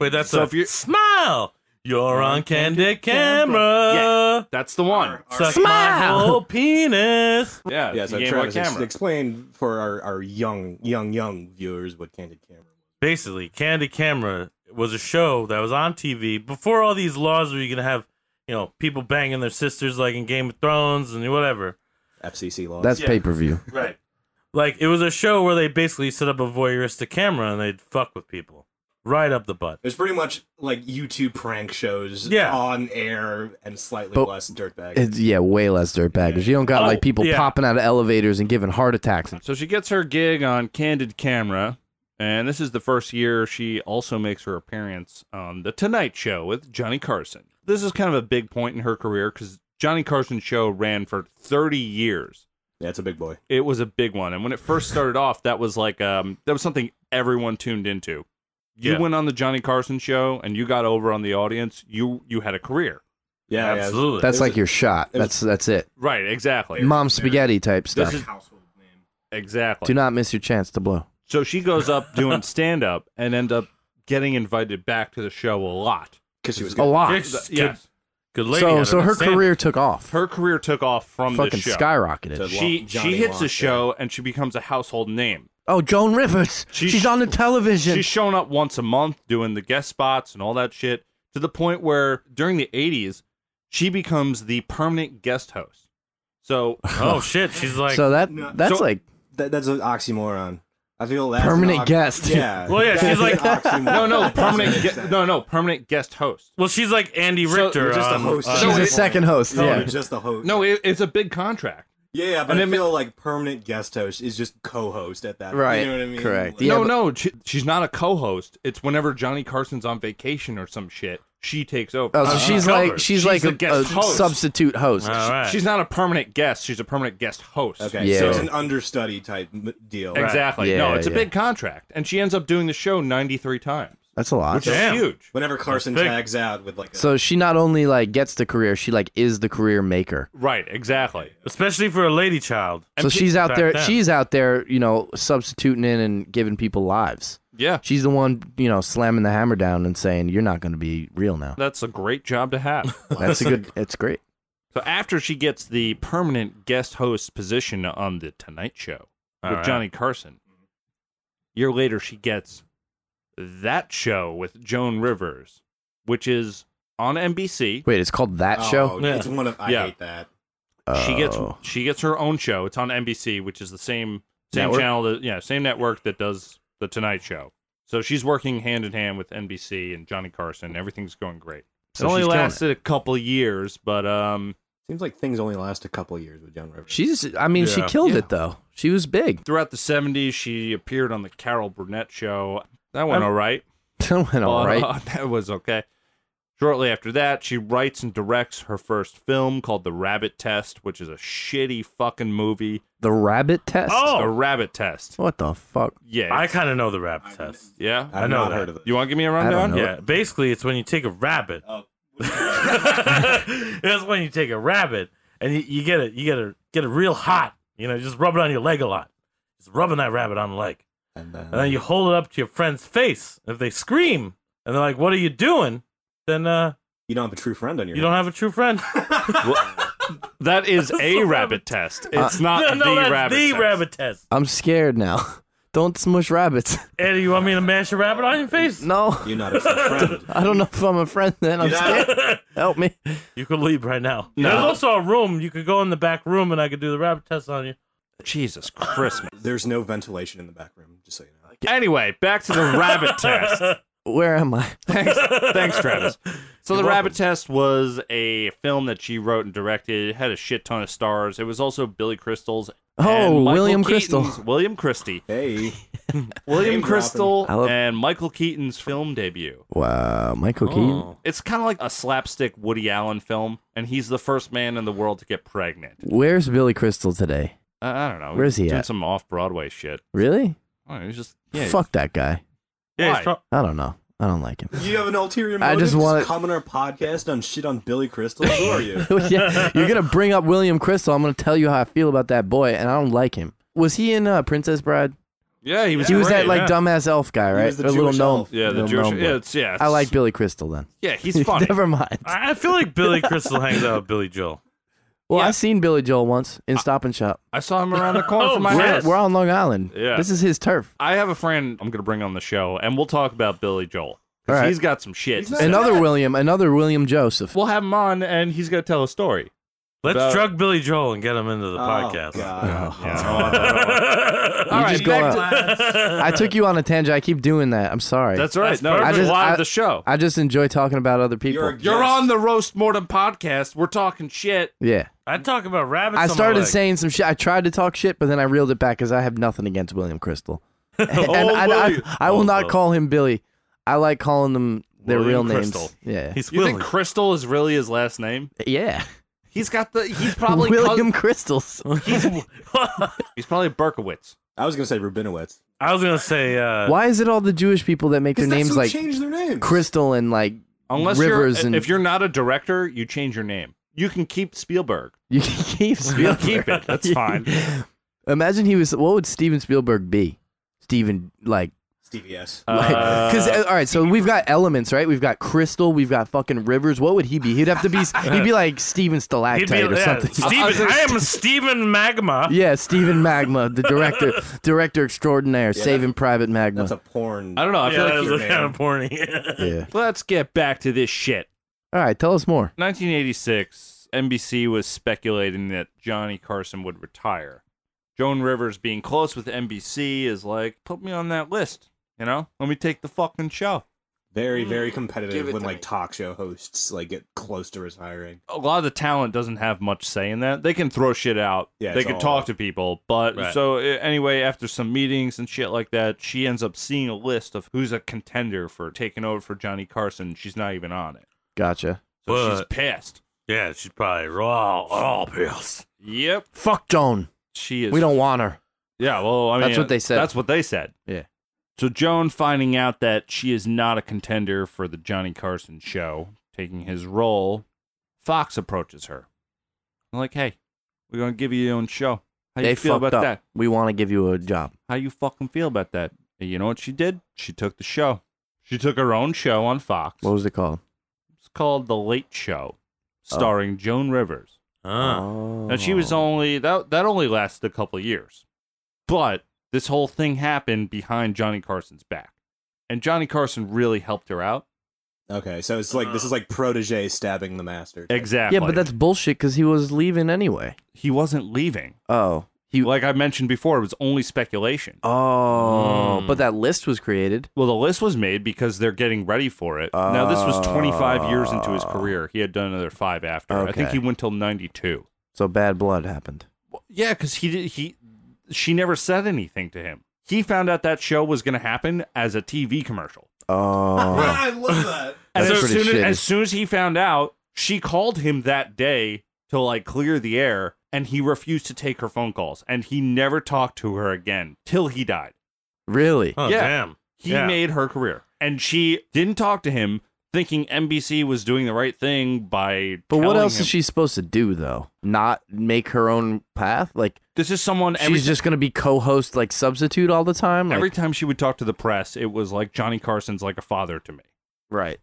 [SPEAKER 8] Wait, that's
[SPEAKER 1] So
[SPEAKER 8] a
[SPEAKER 1] if you-
[SPEAKER 8] smile. You're on candid camera.
[SPEAKER 1] That's the one.
[SPEAKER 8] Suck
[SPEAKER 2] Smile.
[SPEAKER 8] my whole penis.
[SPEAKER 1] Yeah, it's
[SPEAKER 9] Yeah,
[SPEAKER 1] the
[SPEAKER 9] so
[SPEAKER 1] Game Boy
[SPEAKER 9] Travis, ex-
[SPEAKER 1] camera.
[SPEAKER 9] explain for our, our young, young, young viewers what candid camera.
[SPEAKER 8] Basically, candid camera was a show that was on TV before all these laws where you can have, you know, people banging their sisters like in Game of Thrones and whatever.
[SPEAKER 9] FCC laws.
[SPEAKER 2] That's pay per view.
[SPEAKER 8] Right. Like it was a show where they basically set up a voyeuristic camera and they'd fuck with people right up the butt.
[SPEAKER 9] There's pretty much like YouTube prank shows
[SPEAKER 8] Yeah.
[SPEAKER 9] on air and slightly
[SPEAKER 2] But-
[SPEAKER 9] less dirtbag.
[SPEAKER 2] It's, yeah, way less dirtbaggers. You don't got
[SPEAKER 8] Oh,
[SPEAKER 2] like people
[SPEAKER 8] yeah.
[SPEAKER 2] popping out of elevators and giving heart attacks.
[SPEAKER 1] So she gets her gig on Candid Camera, and this is the first year she also makes her appearance on The Tonight Show with Johnny Carson. This is kind of a big point in her career because Johnny Carson's show ran for 30 years.
[SPEAKER 9] yeah, it's a big boy.
[SPEAKER 1] It was a big one, and when it first started off, that was like um, that was something everyone tuned into. You
[SPEAKER 8] Yeah.
[SPEAKER 1] went on the Johnny Carson show, and you got over on the audience. You you had a career,
[SPEAKER 9] Yeah, yeah, it's-
[SPEAKER 8] Absolutely.
[SPEAKER 2] That's
[SPEAKER 9] There's
[SPEAKER 2] like
[SPEAKER 9] a-
[SPEAKER 2] your shot.
[SPEAKER 9] there's-
[SPEAKER 2] That's that's it.
[SPEAKER 1] right? Exactly,
[SPEAKER 2] Mom spaghetti type stuff.
[SPEAKER 1] is- exactly.
[SPEAKER 2] Do not miss your chance to blow.
[SPEAKER 1] So she goes up doing stand up and end up getting invited back to the show a lot.
[SPEAKER 9] Because she was
[SPEAKER 2] A
[SPEAKER 9] good.
[SPEAKER 2] lot.
[SPEAKER 8] Yes.
[SPEAKER 1] Th-
[SPEAKER 8] Good-
[SPEAKER 1] Yes.
[SPEAKER 8] Good lady.
[SPEAKER 2] So
[SPEAKER 8] had
[SPEAKER 2] so
[SPEAKER 8] an
[SPEAKER 2] her
[SPEAKER 8] outstanding-
[SPEAKER 2] career took off.
[SPEAKER 1] Her career took off from
[SPEAKER 2] fucking
[SPEAKER 1] this show.
[SPEAKER 2] skyrocketed.
[SPEAKER 1] She
[SPEAKER 9] Lo-
[SPEAKER 1] she
[SPEAKER 9] Johnny
[SPEAKER 1] hits a
[SPEAKER 9] Lock,
[SPEAKER 1] show and she becomes a household name.
[SPEAKER 2] Oh, Joan Rivers.
[SPEAKER 1] She's-
[SPEAKER 2] She's, on the television.
[SPEAKER 1] She's shown up once a month doing the guest spots and all that shit to the point where during the 80s she becomes the permanent guest host. So
[SPEAKER 8] Oh shit, she's like
[SPEAKER 2] so that that's
[SPEAKER 1] So-
[SPEAKER 2] like
[SPEAKER 9] That, that's an oxymoron. I feel that's an
[SPEAKER 2] Permanent guest.
[SPEAKER 9] [LAUGHS] Yeah.
[SPEAKER 8] Well, yeah, she's
[SPEAKER 9] That's
[SPEAKER 8] like-
[SPEAKER 9] an oxymoron.
[SPEAKER 1] no
[SPEAKER 2] [LAUGHS]
[SPEAKER 1] no
[SPEAKER 9] That
[SPEAKER 1] permanent
[SPEAKER 9] doesn't make
[SPEAKER 1] ge-
[SPEAKER 9] sense.
[SPEAKER 1] no no permanent guest host.
[SPEAKER 8] Well, she's like Andy
[SPEAKER 1] So,
[SPEAKER 8] Richter. um,
[SPEAKER 9] You're [LAUGHS] just a
[SPEAKER 8] on-
[SPEAKER 9] host.
[SPEAKER 8] on-
[SPEAKER 1] So
[SPEAKER 2] she's a
[SPEAKER 1] it-
[SPEAKER 2] second host.
[SPEAKER 9] Um, uh, No,
[SPEAKER 2] yeah.
[SPEAKER 9] you're just a host.
[SPEAKER 1] No, it, it's a big contract.
[SPEAKER 9] Yeah, yeah, but
[SPEAKER 1] And
[SPEAKER 9] I
[SPEAKER 1] it ma-
[SPEAKER 9] feel like permanent guest host is just co-host at that.
[SPEAKER 2] Right,
[SPEAKER 9] You know what I mean?
[SPEAKER 2] correct.
[SPEAKER 9] Like,
[SPEAKER 2] Yeah,
[SPEAKER 1] no,
[SPEAKER 2] but-
[SPEAKER 1] no, she, she's not a co-host. It's whenever Johnny Carson's on vacation or some shit, she takes over.
[SPEAKER 2] Oh, so
[SPEAKER 1] Uh,
[SPEAKER 2] she's
[SPEAKER 8] covered.
[SPEAKER 2] like she's,
[SPEAKER 1] She's
[SPEAKER 2] like
[SPEAKER 1] the
[SPEAKER 2] a,
[SPEAKER 1] guest
[SPEAKER 2] a
[SPEAKER 1] host.
[SPEAKER 2] substitute host.
[SPEAKER 8] All right.
[SPEAKER 1] Uh, She's not a permanent guest. She's a permanent guest host.
[SPEAKER 9] Okay.
[SPEAKER 2] Yeah.
[SPEAKER 9] So it's an understudy type m- deal.
[SPEAKER 1] Exactly.
[SPEAKER 2] Right.
[SPEAKER 1] no,
[SPEAKER 2] Yeah,
[SPEAKER 1] it's a
[SPEAKER 2] yeah.
[SPEAKER 1] big contract, and she ends up doing the show ninety three times,
[SPEAKER 2] That's a lot.
[SPEAKER 1] which is
[SPEAKER 8] Damn.
[SPEAKER 1] huge.
[SPEAKER 9] Whenever Carson
[SPEAKER 8] That's big.
[SPEAKER 9] tags out with like, a,
[SPEAKER 2] So she not only like gets the career, she like is the career maker.
[SPEAKER 1] Right. Exactly.
[SPEAKER 8] especially for a lady child.
[SPEAKER 2] So she's out
[SPEAKER 8] back
[SPEAKER 2] there.
[SPEAKER 8] then.
[SPEAKER 2] She's out there, you know, substituting in and giving people lives.
[SPEAKER 1] Yeah.
[SPEAKER 2] She's the one, you know, slamming the hammer down and saying, "You're not going to be
[SPEAKER 1] [LAUGHS]
[SPEAKER 2] real now."
[SPEAKER 1] That's a great job to have.
[SPEAKER 2] That's a good. It's great.
[SPEAKER 1] so after she gets the permanent guest host position on the Tonight Show
[SPEAKER 8] All
[SPEAKER 1] with
[SPEAKER 8] right.
[SPEAKER 1] Johnny Carson, year later she gets that show with Joan Rivers, which is on NBC.
[SPEAKER 2] Wait, it's called that
[SPEAKER 9] oh,
[SPEAKER 2] show.
[SPEAKER 9] It's one of I
[SPEAKER 1] Yeah.
[SPEAKER 9] hate that.
[SPEAKER 1] She gets
[SPEAKER 2] Oh.
[SPEAKER 1] she gets her own show. It's on NBC, which is the same same
[SPEAKER 2] Network?
[SPEAKER 1] channel that yeah same network that does the Tonight Show. So she's working hand in hand with NBC and Johnny Carson. Everything's going great.
[SPEAKER 2] So
[SPEAKER 1] it only
[SPEAKER 2] she's killing it.
[SPEAKER 1] lasted a couple years, but um,
[SPEAKER 9] Seems like things only last a couple years with John Rivers.
[SPEAKER 2] She's. I mean, she
[SPEAKER 8] Yeah.
[SPEAKER 2] killed
[SPEAKER 1] Yeah.
[SPEAKER 2] it though. She was big. [LAUGHS]
[SPEAKER 1] throughout the '70s, she appeared on the Carol Burnett Show. That went
[SPEAKER 8] I'm-
[SPEAKER 1] all right.
[SPEAKER 2] that went all
[SPEAKER 1] Uh, [LAUGHS]
[SPEAKER 2] right.
[SPEAKER 1] that was okay. Shortly after that, she writes and directs her first film called The Rabbit Test, which is a shitty fucking movie.
[SPEAKER 2] The rabbit test.
[SPEAKER 8] Oh.
[SPEAKER 1] A rabbit test.
[SPEAKER 2] What the fuck?
[SPEAKER 1] Yeah.
[SPEAKER 8] [LAUGHS] I kind of know the rabbit test.
[SPEAKER 1] yeah.
[SPEAKER 9] I've
[SPEAKER 8] I know
[SPEAKER 9] not
[SPEAKER 8] that.
[SPEAKER 9] heard of it.
[SPEAKER 1] You want to give me a
[SPEAKER 2] don't
[SPEAKER 1] rundown?
[SPEAKER 2] know.
[SPEAKER 8] Yeah, basically, it's when you take a rabbit. [LAUGHS] That's when you take a rabbit and you, you get it, you get it, get it real hot. You know, just rub it on your leg a lot. Just rubbing that rabbit on the leg,
[SPEAKER 9] And,
[SPEAKER 2] [LAUGHS]
[SPEAKER 9] uh,
[SPEAKER 8] and then you hold it up to your friend's face. If they scream and they're like, "What are you doing?" Then uh,
[SPEAKER 9] you don't have a true friend on your.
[SPEAKER 8] you don't have a true friend.
[SPEAKER 1] That is a
[SPEAKER 8] the
[SPEAKER 1] rabbit
[SPEAKER 8] rabbit Uh,
[SPEAKER 1] test. It's not
[SPEAKER 8] [LAUGHS]
[SPEAKER 1] the
[SPEAKER 8] no, that's
[SPEAKER 1] rabbit
[SPEAKER 8] the
[SPEAKER 1] test.
[SPEAKER 8] rabbit test.
[SPEAKER 2] I'm scared now. [LAUGHS] Don't smush rabbits. [LAUGHS]
[SPEAKER 8] Eddie, you want me to mash a rabbit on your face?
[SPEAKER 2] No.
[SPEAKER 9] [LAUGHS] You're not a true friend.
[SPEAKER 2] I don't know if I'm a friend then. I'm scared. Help me.
[SPEAKER 8] You could leave right now. There's also a room. You could go in the back room and I could do the rabbit test on you.
[SPEAKER 1] Jesus
[SPEAKER 8] [LAUGHS]
[SPEAKER 1] Christmas.
[SPEAKER 9] There's no ventilation in the back room. Just so you know.
[SPEAKER 1] anyway, back to the [LAUGHS] rabbit test.
[SPEAKER 2] Where am I?
[SPEAKER 1] Thanks, thanks, Travis. [LAUGHS] So the
[SPEAKER 8] welcome.
[SPEAKER 1] rabbit test was a film that she wrote and directed. It had a shit ton of stars. It was also Billy Crystal's
[SPEAKER 2] Oh,
[SPEAKER 1] and Michael
[SPEAKER 2] William
[SPEAKER 1] Keaton's-
[SPEAKER 2] Crystal.
[SPEAKER 1] [LAUGHS] William
[SPEAKER 2] [LAUGHS]
[SPEAKER 1] Christie.
[SPEAKER 9] Hey,
[SPEAKER 1] William
[SPEAKER 9] Name
[SPEAKER 1] Crystal
[SPEAKER 2] I love-
[SPEAKER 1] and Michael Keaton's film debut.
[SPEAKER 2] Wow, Michael Keaton.
[SPEAKER 1] It's kind of like a slapstick Woody Allen film, and he's the first man in the world to get pregnant.
[SPEAKER 2] Where's Billy Crystal today?
[SPEAKER 1] I, I don't know.
[SPEAKER 2] Where's he
[SPEAKER 1] doing
[SPEAKER 2] at?
[SPEAKER 1] some off Broadway shit.
[SPEAKER 2] Really?
[SPEAKER 1] I don't know, he's just yeah.
[SPEAKER 2] Fuck that guy.
[SPEAKER 8] Yeah,
[SPEAKER 1] Why?
[SPEAKER 8] he's prob-
[SPEAKER 2] I don't know. I don't like him. [LAUGHS]
[SPEAKER 9] you have an ulterior motive.
[SPEAKER 2] I just wanna-
[SPEAKER 9] come on our podcast on shit on Billy Crystal. Who
[SPEAKER 2] [LAUGHS]
[SPEAKER 9] are you?
[SPEAKER 2] yeah, you're gonna bring up William Crystal. I'm gonna tell you how I feel about that boy, and I don't like him. Was he in uh, Princess Bride?
[SPEAKER 1] Yeah, he was.
[SPEAKER 2] He was that
[SPEAKER 1] great,
[SPEAKER 2] like
[SPEAKER 1] yeah.
[SPEAKER 2] dumbass elf guy, right?
[SPEAKER 9] was the
[SPEAKER 2] Or little
[SPEAKER 9] Jewish
[SPEAKER 2] gnome.
[SPEAKER 9] elf.
[SPEAKER 1] Yeah, the
[SPEAKER 2] little
[SPEAKER 1] Jewish.
[SPEAKER 2] gnome boy.
[SPEAKER 1] Yeah, it's, yeah.
[SPEAKER 2] I
[SPEAKER 1] it's-
[SPEAKER 2] like Billy Crystal then.
[SPEAKER 1] Yeah,
[SPEAKER 2] [LAUGHS]
[SPEAKER 1] he's funny.
[SPEAKER 2] Never mind.
[SPEAKER 8] I I feel like [LAUGHS] Billy Crystal hangs out with Billy Joel.
[SPEAKER 2] Well,
[SPEAKER 1] Yeah.
[SPEAKER 2] I've seen Billy Joel once in Stop and Shop.
[SPEAKER 1] I saw him
[SPEAKER 2] [LAUGHS]
[SPEAKER 1] around the corner
[SPEAKER 8] Oh,
[SPEAKER 1] from my
[SPEAKER 8] we're-
[SPEAKER 1] house.
[SPEAKER 2] We're on Long Island.
[SPEAKER 1] Yeah.
[SPEAKER 2] This is his turf.
[SPEAKER 1] I have a friend I'm gonna bring on the show, and we'll talk about Billy Joel. 'Cause
[SPEAKER 2] All right.
[SPEAKER 1] He's got some shit. to say.
[SPEAKER 2] Another William, another
[SPEAKER 1] [LAUGHS]
[SPEAKER 2] William Joseph.
[SPEAKER 1] We'll have him on, and he's gonna tell a story.
[SPEAKER 8] Let's
[SPEAKER 1] About-
[SPEAKER 8] drug Billy Joel and get him into the
[SPEAKER 9] Oh,
[SPEAKER 8] podcast.
[SPEAKER 9] God.
[SPEAKER 2] Oh,
[SPEAKER 1] Yeah, I don't want- I don't want-
[SPEAKER 2] You
[SPEAKER 1] [LAUGHS] All right,
[SPEAKER 2] just go
[SPEAKER 1] back
[SPEAKER 2] on- I took you on a tangent. I keep doing that. I'm sorry.
[SPEAKER 1] That's all right.
[SPEAKER 8] That's
[SPEAKER 1] no,
[SPEAKER 8] perfect.
[SPEAKER 1] I
[SPEAKER 2] I just-
[SPEAKER 1] live
[SPEAKER 2] I-
[SPEAKER 1] the show.
[SPEAKER 2] I just enjoy talking about other people.
[SPEAKER 9] You're a-
[SPEAKER 1] You're
[SPEAKER 9] Yes.
[SPEAKER 1] on the roast mortem podcast. We're talking shit.
[SPEAKER 2] yeah.
[SPEAKER 8] I talk about rabbits.
[SPEAKER 2] I
[SPEAKER 8] on my
[SPEAKER 2] started
[SPEAKER 8] leg.
[SPEAKER 1] [LAUGHS]
[SPEAKER 2] saying some shit. I tried to talk shit, but then I reeled it back because I have nothing against William Crystal.
[SPEAKER 1] Oh,
[SPEAKER 2] and I, I,
[SPEAKER 1] William.
[SPEAKER 2] I will
[SPEAKER 8] Oh,
[SPEAKER 2] not
[SPEAKER 8] Will.
[SPEAKER 2] call him Billy. I like calling them their
[SPEAKER 8] William
[SPEAKER 2] real
[SPEAKER 8] Crystal.
[SPEAKER 2] names. Yeah.
[SPEAKER 8] he's
[SPEAKER 1] You
[SPEAKER 8] Willie.
[SPEAKER 1] think Crystal is really his last name?
[SPEAKER 2] [LAUGHS] yeah.
[SPEAKER 1] He's got the. He's probably.
[SPEAKER 2] William
[SPEAKER 8] [LAUGHS]
[SPEAKER 2] Crystals.
[SPEAKER 1] [LAUGHS] he's probably Berkowitz.
[SPEAKER 9] [LAUGHS] I was gonna say Rabinowitz.
[SPEAKER 8] I was gonna say uh, [LAUGHS]
[SPEAKER 2] Why is it all the Jewish people that make their
[SPEAKER 9] Because
[SPEAKER 2] names
[SPEAKER 9] that's who
[SPEAKER 2] like
[SPEAKER 9] changed their names.
[SPEAKER 2] Crystal and like [LAUGHS]
[SPEAKER 1] Unless
[SPEAKER 2] Rivers
[SPEAKER 1] you're,
[SPEAKER 2] and
[SPEAKER 1] if you're not a director, you change your name. You can keep Spielberg.
[SPEAKER 2] you can
[SPEAKER 8] [LAUGHS]
[SPEAKER 2] keep
[SPEAKER 1] You'll
[SPEAKER 2] Spielberg.
[SPEAKER 1] keep it. That's
[SPEAKER 2] [LAUGHS]
[SPEAKER 1] fine.
[SPEAKER 2] Imagine he was. What would Steven Spielberg be? Steven like [LAUGHS]
[SPEAKER 9] Stevie S.
[SPEAKER 2] Uh, because
[SPEAKER 8] Uh,
[SPEAKER 2] all right, so we've got elements, right? We've got Crystal, we've got fucking Rivers. What would he be? He'd have to be. He'd
[SPEAKER 8] [LAUGHS]
[SPEAKER 2] be like Steven Stalactite
[SPEAKER 8] he'd
[SPEAKER 2] or
[SPEAKER 8] be yeah,
[SPEAKER 2] something.
[SPEAKER 8] Steven, I am Steven Magma.
[SPEAKER 2] [LAUGHS] Yeah, Steven Magma, the director, director extraordinaire, Saving Private Magma.
[SPEAKER 9] That's a porn.
[SPEAKER 1] I don't know. I
[SPEAKER 8] Yeah,
[SPEAKER 1] feel
[SPEAKER 8] that
[SPEAKER 1] like.
[SPEAKER 8] was
[SPEAKER 1] he-
[SPEAKER 8] kind of porny.
[SPEAKER 2] yeah.
[SPEAKER 1] Let's get back to this shit.
[SPEAKER 2] All right, tell us more.
[SPEAKER 1] 1986, NBC was speculating that Johnny Carson would retire. Joan Rivers, being close with NBC, is like, put me on that list. You know, let me take the fucking show.
[SPEAKER 9] Very, very
[SPEAKER 2] Mm.
[SPEAKER 9] competitive when like talk show hosts like get close to retiring.
[SPEAKER 1] A lot of the talent doesn't have much say in that. They can throw shit out.
[SPEAKER 9] Yeah,
[SPEAKER 1] they
[SPEAKER 9] it's
[SPEAKER 1] can
[SPEAKER 9] all-
[SPEAKER 1] talk to people, but
[SPEAKER 8] Right.
[SPEAKER 1] so uh, anyway, after some meetings and shit like that, she ends up seeing a list of who's a contender for taking over for Johnny Carson. She's not even on it,
[SPEAKER 2] Gotcha.
[SPEAKER 1] so she's
[SPEAKER 8] But-
[SPEAKER 1] pissed.
[SPEAKER 8] [LAUGHS] yeah, she's probably raw, all pills.
[SPEAKER 1] Yep,
[SPEAKER 2] Fuck Joan.
[SPEAKER 1] she is.
[SPEAKER 2] We don't want her.
[SPEAKER 1] Yeah, well, I mean,
[SPEAKER 2] That's what they said.
[SPEAKER 1] That's what they said.
[SPEAKER 2] Yeah.
[SPEAKER 1] So Joan finding out that she is not a contender for the Johnny Carson show, taking his role, Fox approaches her. I'm like, hey, we're gonna give you your own show. How
[SPEAKER 2] they
[SPEAKER 1] you feel
[SPEAKER 2] fucked
[SPEAKER 1] about
[SPEAKER 2] up.
[SPEAKER 1] that?
[SPEAKER 2] We want to give you a job.
[SPEAKER 1] How you fucking feel about that? And you know what she did? She took the show. She took her own show on Fox.
[SPEAKER 2] What was it called?
[SPEAKER 1] it's called The Late Show, starring Joan Rivers.
[SPEAKER 8] Uh,
[SPEAKER 1] And she was
[SPEAKER 2] Oh.
[SPEAKER 1] only that that only lasted a couple of years. But this whole thing happened behind Johnny Carson's back. And Johnny Carson really helped her out.
[SPEAKER 9] Okay, so it's like this is like protege stabbing the master.
[SPEAKER 1] Exactly.
[SPEAKER 2] Yeah, but that's bullshit because he was leaving anyway.
[SPEAKER 1] he wasn't leaving.
[SPEAKER 2] Oh. He.
[SPEAKER 1] Like I mentioned before, it was only speculation.
[SPEAKER 2] Oh.
[SPEAKER 1] Hmm.
[SPEAKER 8] Mm.
[SPEAKER 2] But that list was created.
[SPEAKER 1] Well, the list was made because they're getting ready for it. now, this was 25 years into his career. He had done another five after. I think
[SPEAKER 2] Okay.
[SPEAKER 1] he went till 92.
[SPEAKER 2] So bad blood happened.
[SPEAKER 1] Well, yeah, because he did, he she never said anything to him. He found out that show was going to happen as a TV commercial.
[SPEAKER 2] Oh.
[SPEAKER 9] I love that.
[SPEAKER 1] And
[SPEAKER 2] [LAUGHS] That's
[SPEAKER 1] as
[SPEAKER 2] pretty
[SPEAKER 1] soon as,
[SPEAKER 2] shitty.
[SPEAKER 1] as soon as he found out, she called him that day to like clear the air, and he refused to take her phone calls, and he never talked to her again till he died.
[SPEAKER 2] really?
[SPEAKER 8] oh,
[SPEAKER 1] Yeah.
[SPEAKER 8] damn.
[SPEAKER 1] He
[SPEAKER 8] Yeah.
[SPEAKER 1] made her career, and she didn't talk to him, thinking NBC was doing the right thing by.
[SPEAKER 2] But what
[SPEAKER 1] telling
[SPEAKER 2] else
[SPEAKER 1] him-
[SPEAKER 2] is she supposed to do though? Not make her own path? Like
[SPEAKER 1] This is someone. Every,
[SPEAKER 2] she's just gonna be co-host, like substitute all the time. Like,
[SPEAKER 1] every time she would talk to the press, it was like Johnny Carson's like a father to me.
[SPEAKER 2] right.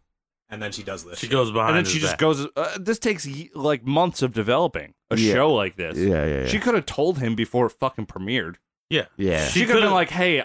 [SPEAKER 9] And then she does this.
[SPEAKER 8] She goes behind.
[SPEAKER 1] And then
[SPEAKER 8] his
[SPEAKER 1] she just
[SPEAKER 8] back.
[SPEAKER 1] goes. Uh, this takes ye- like months of developing a
[SPEAKER 2] Yeah.
[SPEAKER 1] show like this.
[SPEAKER 2] Yeah, yeah, yeah.
[SPEAKER 1] She could have told him before it fucking premiered.
[SPEAKER 8] Yeah.
[SPEAKER 2] yeah.
[SPEAKER 1] she,
[SPEAKER 8] She
[SPEAKER 1] could have been
[SPEAKER 8] could've-
[SPEAKER 1] like, "Hey,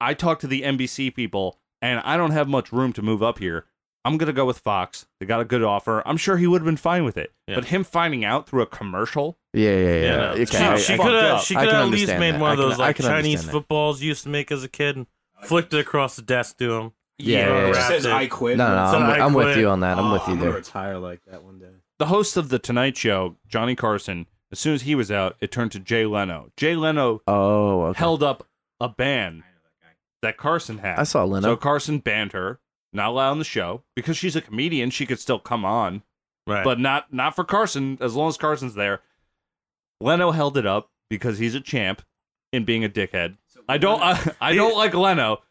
[SPEAKER 1] I talked to the NBC people, and I don't have much room to move up here. I'm gonna go with Fox. They got a good offer. I'm sure he would have been fine with it.
[SPEAKER 8] Yeah.
[SPEAKER 1] But him finding out through a commercial,
[SPEAKER 2] yeah, yeah, yeah.
[SPEAKER 8] Yeah, no.
[SPEAKER 2] Okay,
[SPEAKER 8] She-
[SPEAKER 2] I- I-
[SPEAKER 8] she
[SPEAKER 1] fucked
[SPEAKER 8] could have
[SPEAKER 1] up.
[SPEAKER 8] she
[SPEAKER 2] I
[SPEAKER 8] could
[SPEAKER 2] can
[SPEAKER 8] at least
[SPEAKER 2] understand
[SPEAKER 8] made
[SPEAKER 2] that.
[SPEAKER 8] one
[SPEAKER 2] I
[SPEAKER 8] of
[SPEAKER 2] can-
[SPEAKER 8] those
[SPEAKER 2] I
[SPEAKER 8] like
[SPEAKER 2] can
[SPEAKER 8] Chinese
[SPEAKER 2] understand that.
[SPEAKER 8] footballs you used to make as a kid and flicked it across the desk to him.
[SPEAKER 2] Yeah, yeah, yeah.
[SPEAKER 9] She
[SPEAKER 8] Wrapped
[SPEAKER 9] says,
[SPEAKER 8] it.
[SPEAKER 9] "I quit."
[SPEAKER 2] no, no,
[SPEAKER 8] So
[SPEAKER 2] I'm,
[SPEAKER 8] I
[SPEAKER 2] I'm with
[SPEAKER 8] quit.
[SPEAKER 2] you on that. I'm
[SPEAKER 9] Oh,
[SPEAKER 2] with you
[SPEAKER 9] I'm gonna
[SPEAKER 2] there.
[SPEAKER 9] retire like that one day.
[SPEAKER 1] the host of the Tonight Show, Johnny Carson, As soon as he was out, it turned to Jay Leno. Jay Leno
[SPEAKER 2] Oh, okay.
[SPEAKER 1] held up a ban that Carson had.
[SPEAKER 2] I saw Leno.
[SPEAKER 1] So Carson banned her, not allowed on the show because she's a comedian. She could still come on,
[SPEAKER 8] Right.
[SPEAKER 1] but not not for Carson. As long as Carson's there, Leno held it up because he's a champ in being a dickhead. I don't uh, I, [LAUGHS] I don't like Leno,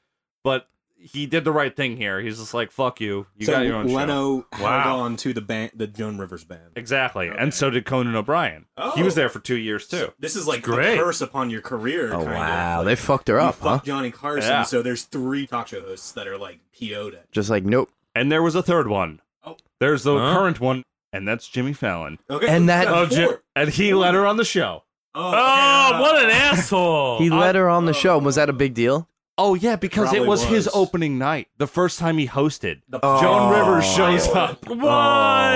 [SPEAKER 1] but he did the right thing here. He's just like fuck you. You
[SPEAKER 9] so
[SPEAKER 1] got your own show.
[SPEAKER 9] Leno
[SPEAKER 8] Wow.
[SPEAKER 9] held on to the ban- the Joan Rivers band.
[SPEAKER 1] Exactly, and so did Conan O'Brien. He was
[SPEAKER 9] Oh.
[SPEAKER 1] there for two years too.
[SPEAKER 9] This is like
[SPEAKER 8] Great.
[SPEAKER 9] a curse upon your career.
[SPEAKER 2] oh
[SPEAKER 9] kind of.
[SPEAKER 2] wow,
[SPEAKER 9] Like,
[SPEAKER 2] they fucked her
[SPEAKER 9] you
[SPEAKER 2] up, huh?
[SPEAKER 9] fucked Johnny Carson,
[SPEAKER 1] Yeah.
[SPEAKER 9] so there's three talk show hosts that are like PO'd at.
[SPEAKER 2] Just like nope.
[SPEAKER 1] And there was a third one.
[SPEAKER 9] Oh.
[SPEAKER 1] There's the
[SPEAKER 8] Huh?
[SPEAKER 1] current one, and that's Jimmy Fallon.
[SPEAKER 9] Okay,
[SPEAKER 2] And that-
[SPEAKER 1] Oh,
[SPEAKER 9] oh,
[SPEAKER 1] Jim, and he let her on the show.
[SPEAKER 9] oh,
[SPEAKER 8] oh, what an
[SPEAKER 9] [LAUGHS]
[SPEAKER 8] asshole!
[SPEAKER 2] He let her on the show. Was that a big deal?
[SPEAKER 1] Oh yeah, because it
[SPEAKER 9] Probably
[SPEAKER 1] was, his
[SPEAKER 9] was.
[SPEAKER 1] opening night, the first time he hosted.
[SPEAKER 2] Oh.
[SPEAKER 1] Joan Rivers shows up.
[SPEAKER 8] what?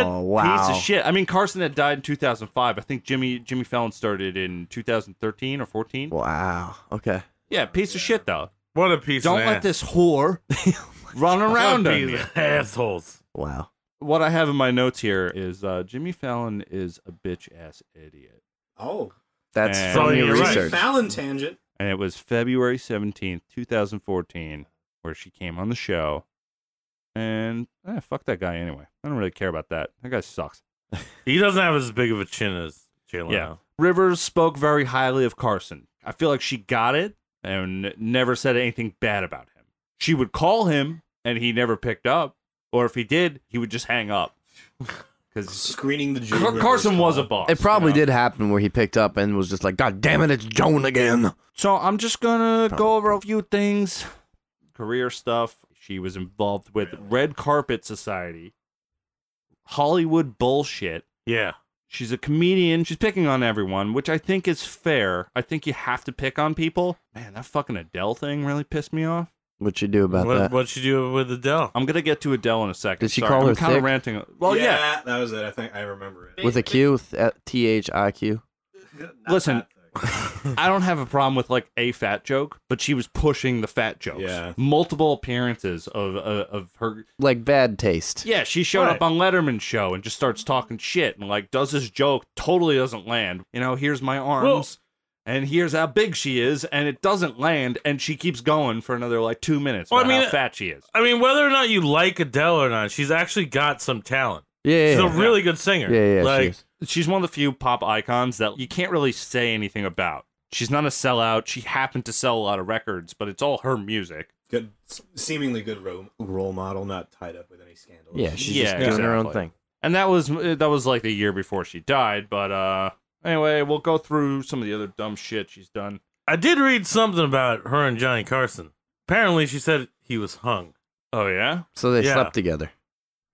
[SPEAKER 2] Oh wow.
[SPEAKER 1] Piece of shit. I mean, Carson had died in 2005. I think Jimmy Jimmy Fallon started in 2013 or 14.
[SPEAKER 2] Wow. Okay.
[SPEAKER 1] yeah, piece of shit though.
[SPEAKER 8] What a piece!
[SPEAKER 1] Don't
[SPEAKER 8] of
[SPEAKER 1] let
[SPEAKER 8] ass.
[SPEAKER 1] this whore run
[SPEAKER 8] What a
[SPEAKER 1] around on
[SPEAKER 8] piece
[SPEAKER 1] you. [LAUGHS]
[SPEAKER 8] of assholes.
[SPEAKER 2] Wow.
[SPEAKER 1] What I have in my notes here is uh, Jimmy Fallon is a bitch ass idiot,
[SPEAKER 9] Oh,
[SPEAKER 2] That's
[SPEAKER 1] And-
[SPEAKER 2] from
[SPEAKER 8] Oh,
[SPEAKER 2] your
[SPEAKER 8] you're right.
[SPEAKER 2] research.
[SPEAKER 9] Fallon tangent.
[SPEAKER 1] and it was February 17th, 2014, where she came on the show. And eh, fuck that guy anyway. I don't really care about that. That guy sucks.
[SPEAKER 8] He doesn't have as big of a chin as Jay Leno.
[SPEAKER 1] Yeah. Rivers spoke very highly of Carson. I feel like she got it and n- never said anything bad about him. She would call him and he never picked up, or if he did, he would just hang [LAUGHS] up. Because
[SPEAKER 9] Screening the Joan Rivers
[SPEAKER 1] Carson was a
[SPEAKER 9] call.
[SPEAKER 1] boss.
[SPEAKER 2] It probably
[SPEAKER 1] you know?
[SPEAKER 2] did happen where he picked up and was just like, God damn it, it's Joan again.
[SPEAKER 1] So I'm just going to go over a few things career stuff. She was involved with Red Carpet Society, Hollywood bullshit.
[SPEAKER 8] Yeah.
[SPEAKER 1] She's a comedian. She's picking on everyone, which I think is fair. I think you have to pick on people. Man, that fucking Adele thing really pissed me off.
[SPEAKER 2] What you do about
[SPEAKER 8] What
[SPEAKER 2] that?
[SPEAKER 8] what'd she do with Adele?
[SPEAKER 1] I'm gonna get to Adele in a second.
[SPEAKER 2] Did she
[SPEAKER 1] Sorry,
[SPEAKER 2] call
[SPEAKER 1] I'm
[SPEAKER 2] her
[SPEAKER 1] kind of
[SPEAKER 2] thick?
[SPEAKER 1] ranting. Well, yeah.
[SPEAKER 9] that was it. I think I remember it.
[SPEAKER 2] With a Q, th- T H I Q.
[SPEAKER 1] Listen, I don't have a problem with like a fat joke, but she was pushing the fat jokes.
[SPEAKER 9] Yeah.
[SPEAKER 1] Multiple appearances of uh, of her.
[SPEAKER 2] Like bad taste.
[SPEAKER 1] Yeah, she showed
[SPEAKER 8] Right.
[SPEAKER 1] up on Letterman show and just starts talking shit and like does this joke totally doesn't land. You know, here's my arms.
[SPEAKER 8] Well-
[SPEAKER 1] and here's how big she is, and it doesn't land, and she keeps going for another like two minutes.
[SPEAKER 8] Well, I
[SPEAKER 1] about
[SPEAKER 8] mean, uh,
[SPEAKER 1] how fat she is.
[SPEAKER 8] I mean, whether or not you like Adele or not, she's actually got some talent.
[SPEAKER 2] Yeah. Yeah.
[SPEAKER 8] She's
[SPEAKER 2] yeah.
[SPEAKER 8] a really good singer.
[SPEAKER 2] Yeah, yeah, yeah, she
[SPEAKER 8] like
[SPEAKER 2] is.
[SPEAKER 1] she's one of the few pop icons that you can't really say anything about. She's not a sellout. She happened to sell a lot of records, but it's all her music.
[SPEAKER 9] good, seemingly good role, role model, not tied up with any scandal.
[SPEAKER 2] Yeah, she's
[SPEAKER 1] Yeah,
[SPEAKER 2] just doing her own
[SPEAKER 1] exactly.
[SPEAKER 2] thing.
[SPEAKER 1] And that was uh, that was like the year before she died, but uh anyway, we'll go through some of the other dumb shit she's done.
[SPEAKER 8] I did read something about her and Johnny Carson. Apparently, she said he was hung.
[SPEAKER 1] Oh yeah?
[SPEAKER 2] So they
[SPEAKER 8] Yeah.
[SPEAKER 2] slept together.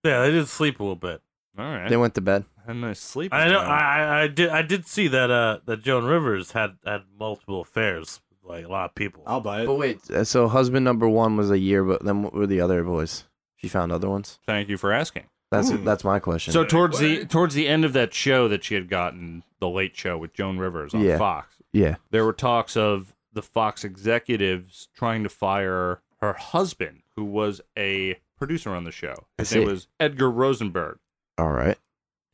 [SPEAKER 8] Yeah, they did sleep a little bit.
[SPEAKER 1] All right.
[SPEAKER 2] They went to bed.
[SPEAKER 1] and I sleep.
[SPEAKER 8] I know. I, I- I did. I did see that. Uh, that Joan Rivers had had multiple affairs with like a lot of people.
[SPEAKER 9] I'll buy it.
[SPEAKER 2] But wait, uh, so husband number one was a year, but then what were the other boys? She found other ones.
[SPEAKER 1] Thank you for asking.
[SPEAKER 2] That's
[SPEAKER 9] Hmm.
[SPEAKER 2] that's my question.
[SPEAKER 1] So towards the towards the end of that show that she had gotten, the late show with Joan Rivers on
[SPEAKER 2] Yeah.
[SPEAKER 1] Fox,
[SPEAKER 2] yeah,
[SPEAKER 1] there were talks of the Fox executives trying to fire her husband, who was a producer on the show.
[SPEAKER 2] I
[SPEAKER 1] His name
[SPEAKER 2] see.
[SPEAKER 1] was Edgar Rosenberg.
[SPEAKER 2] all right.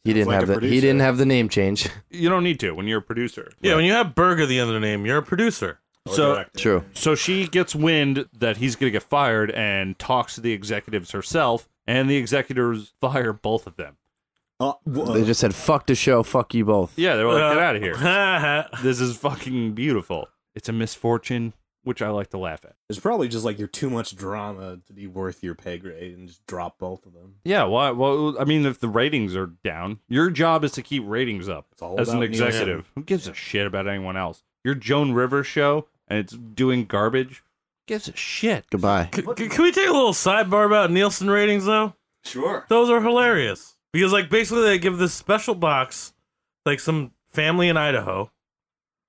[SPEAKER 2] He didn't
[SPEAKER 9] like
[SPEAKER 2] have
[SPEAKER 9] a
[SPEAKER 2] the he
[SPEAKER 9] producer.
[SPEAKER 2] didn't have the name change. [LAUGHS]
[SPEAKER 1] You don't need to when you're a producer.
[SPEAKER 8] yeah, when you have Berger the other name, you're a producer.
[SPEAKER 9] Or
[SPEAKER 1] So-
[SPEAKER 9] direct it.
[SPEAKER 2] True.
[SPEAKER 1] So she gets wind that he's going to get fired and talks to the executives herself, and the executives fire both of them.
[SPEAKER 9] Oh, whoa.
[SPEAKER 2] They just said fuck the show, fuck you both.
[SPEAKER 1] Yeah, they were like,
[SPEAKER 8] Uh,
[SPEAKER 1] get out of here. This is fucking beautiful. It's a misfortune, which I like to laugh at.
[SPEAKER 9] it's probably just like you're too much drama to be worth your pay grade, and just drop both of them.
[SPEAKER 1] Yeah, why? Well, I mean, if the ratings are down, your job is to keep ratings up
[SPEAKER 9] It's all
[SPEAKER 1] as an
[SPEAKER 9] about Nielsen.
[SPEAKER 1] executive. Who gives a shit about anyone else? Your Joan Rivers show and it's doing garbage. Gives a shit.
[SPEAKER 2] Goodbye.
[SPEAKER 8] C- [LAUGHS] c- can we take a little sidebar about Nielsen ratings though?
[SPEAKER 9] Sure.
[SPEAKER 8] Those are hilarious because like basically they give this special box, like some family in Idaho,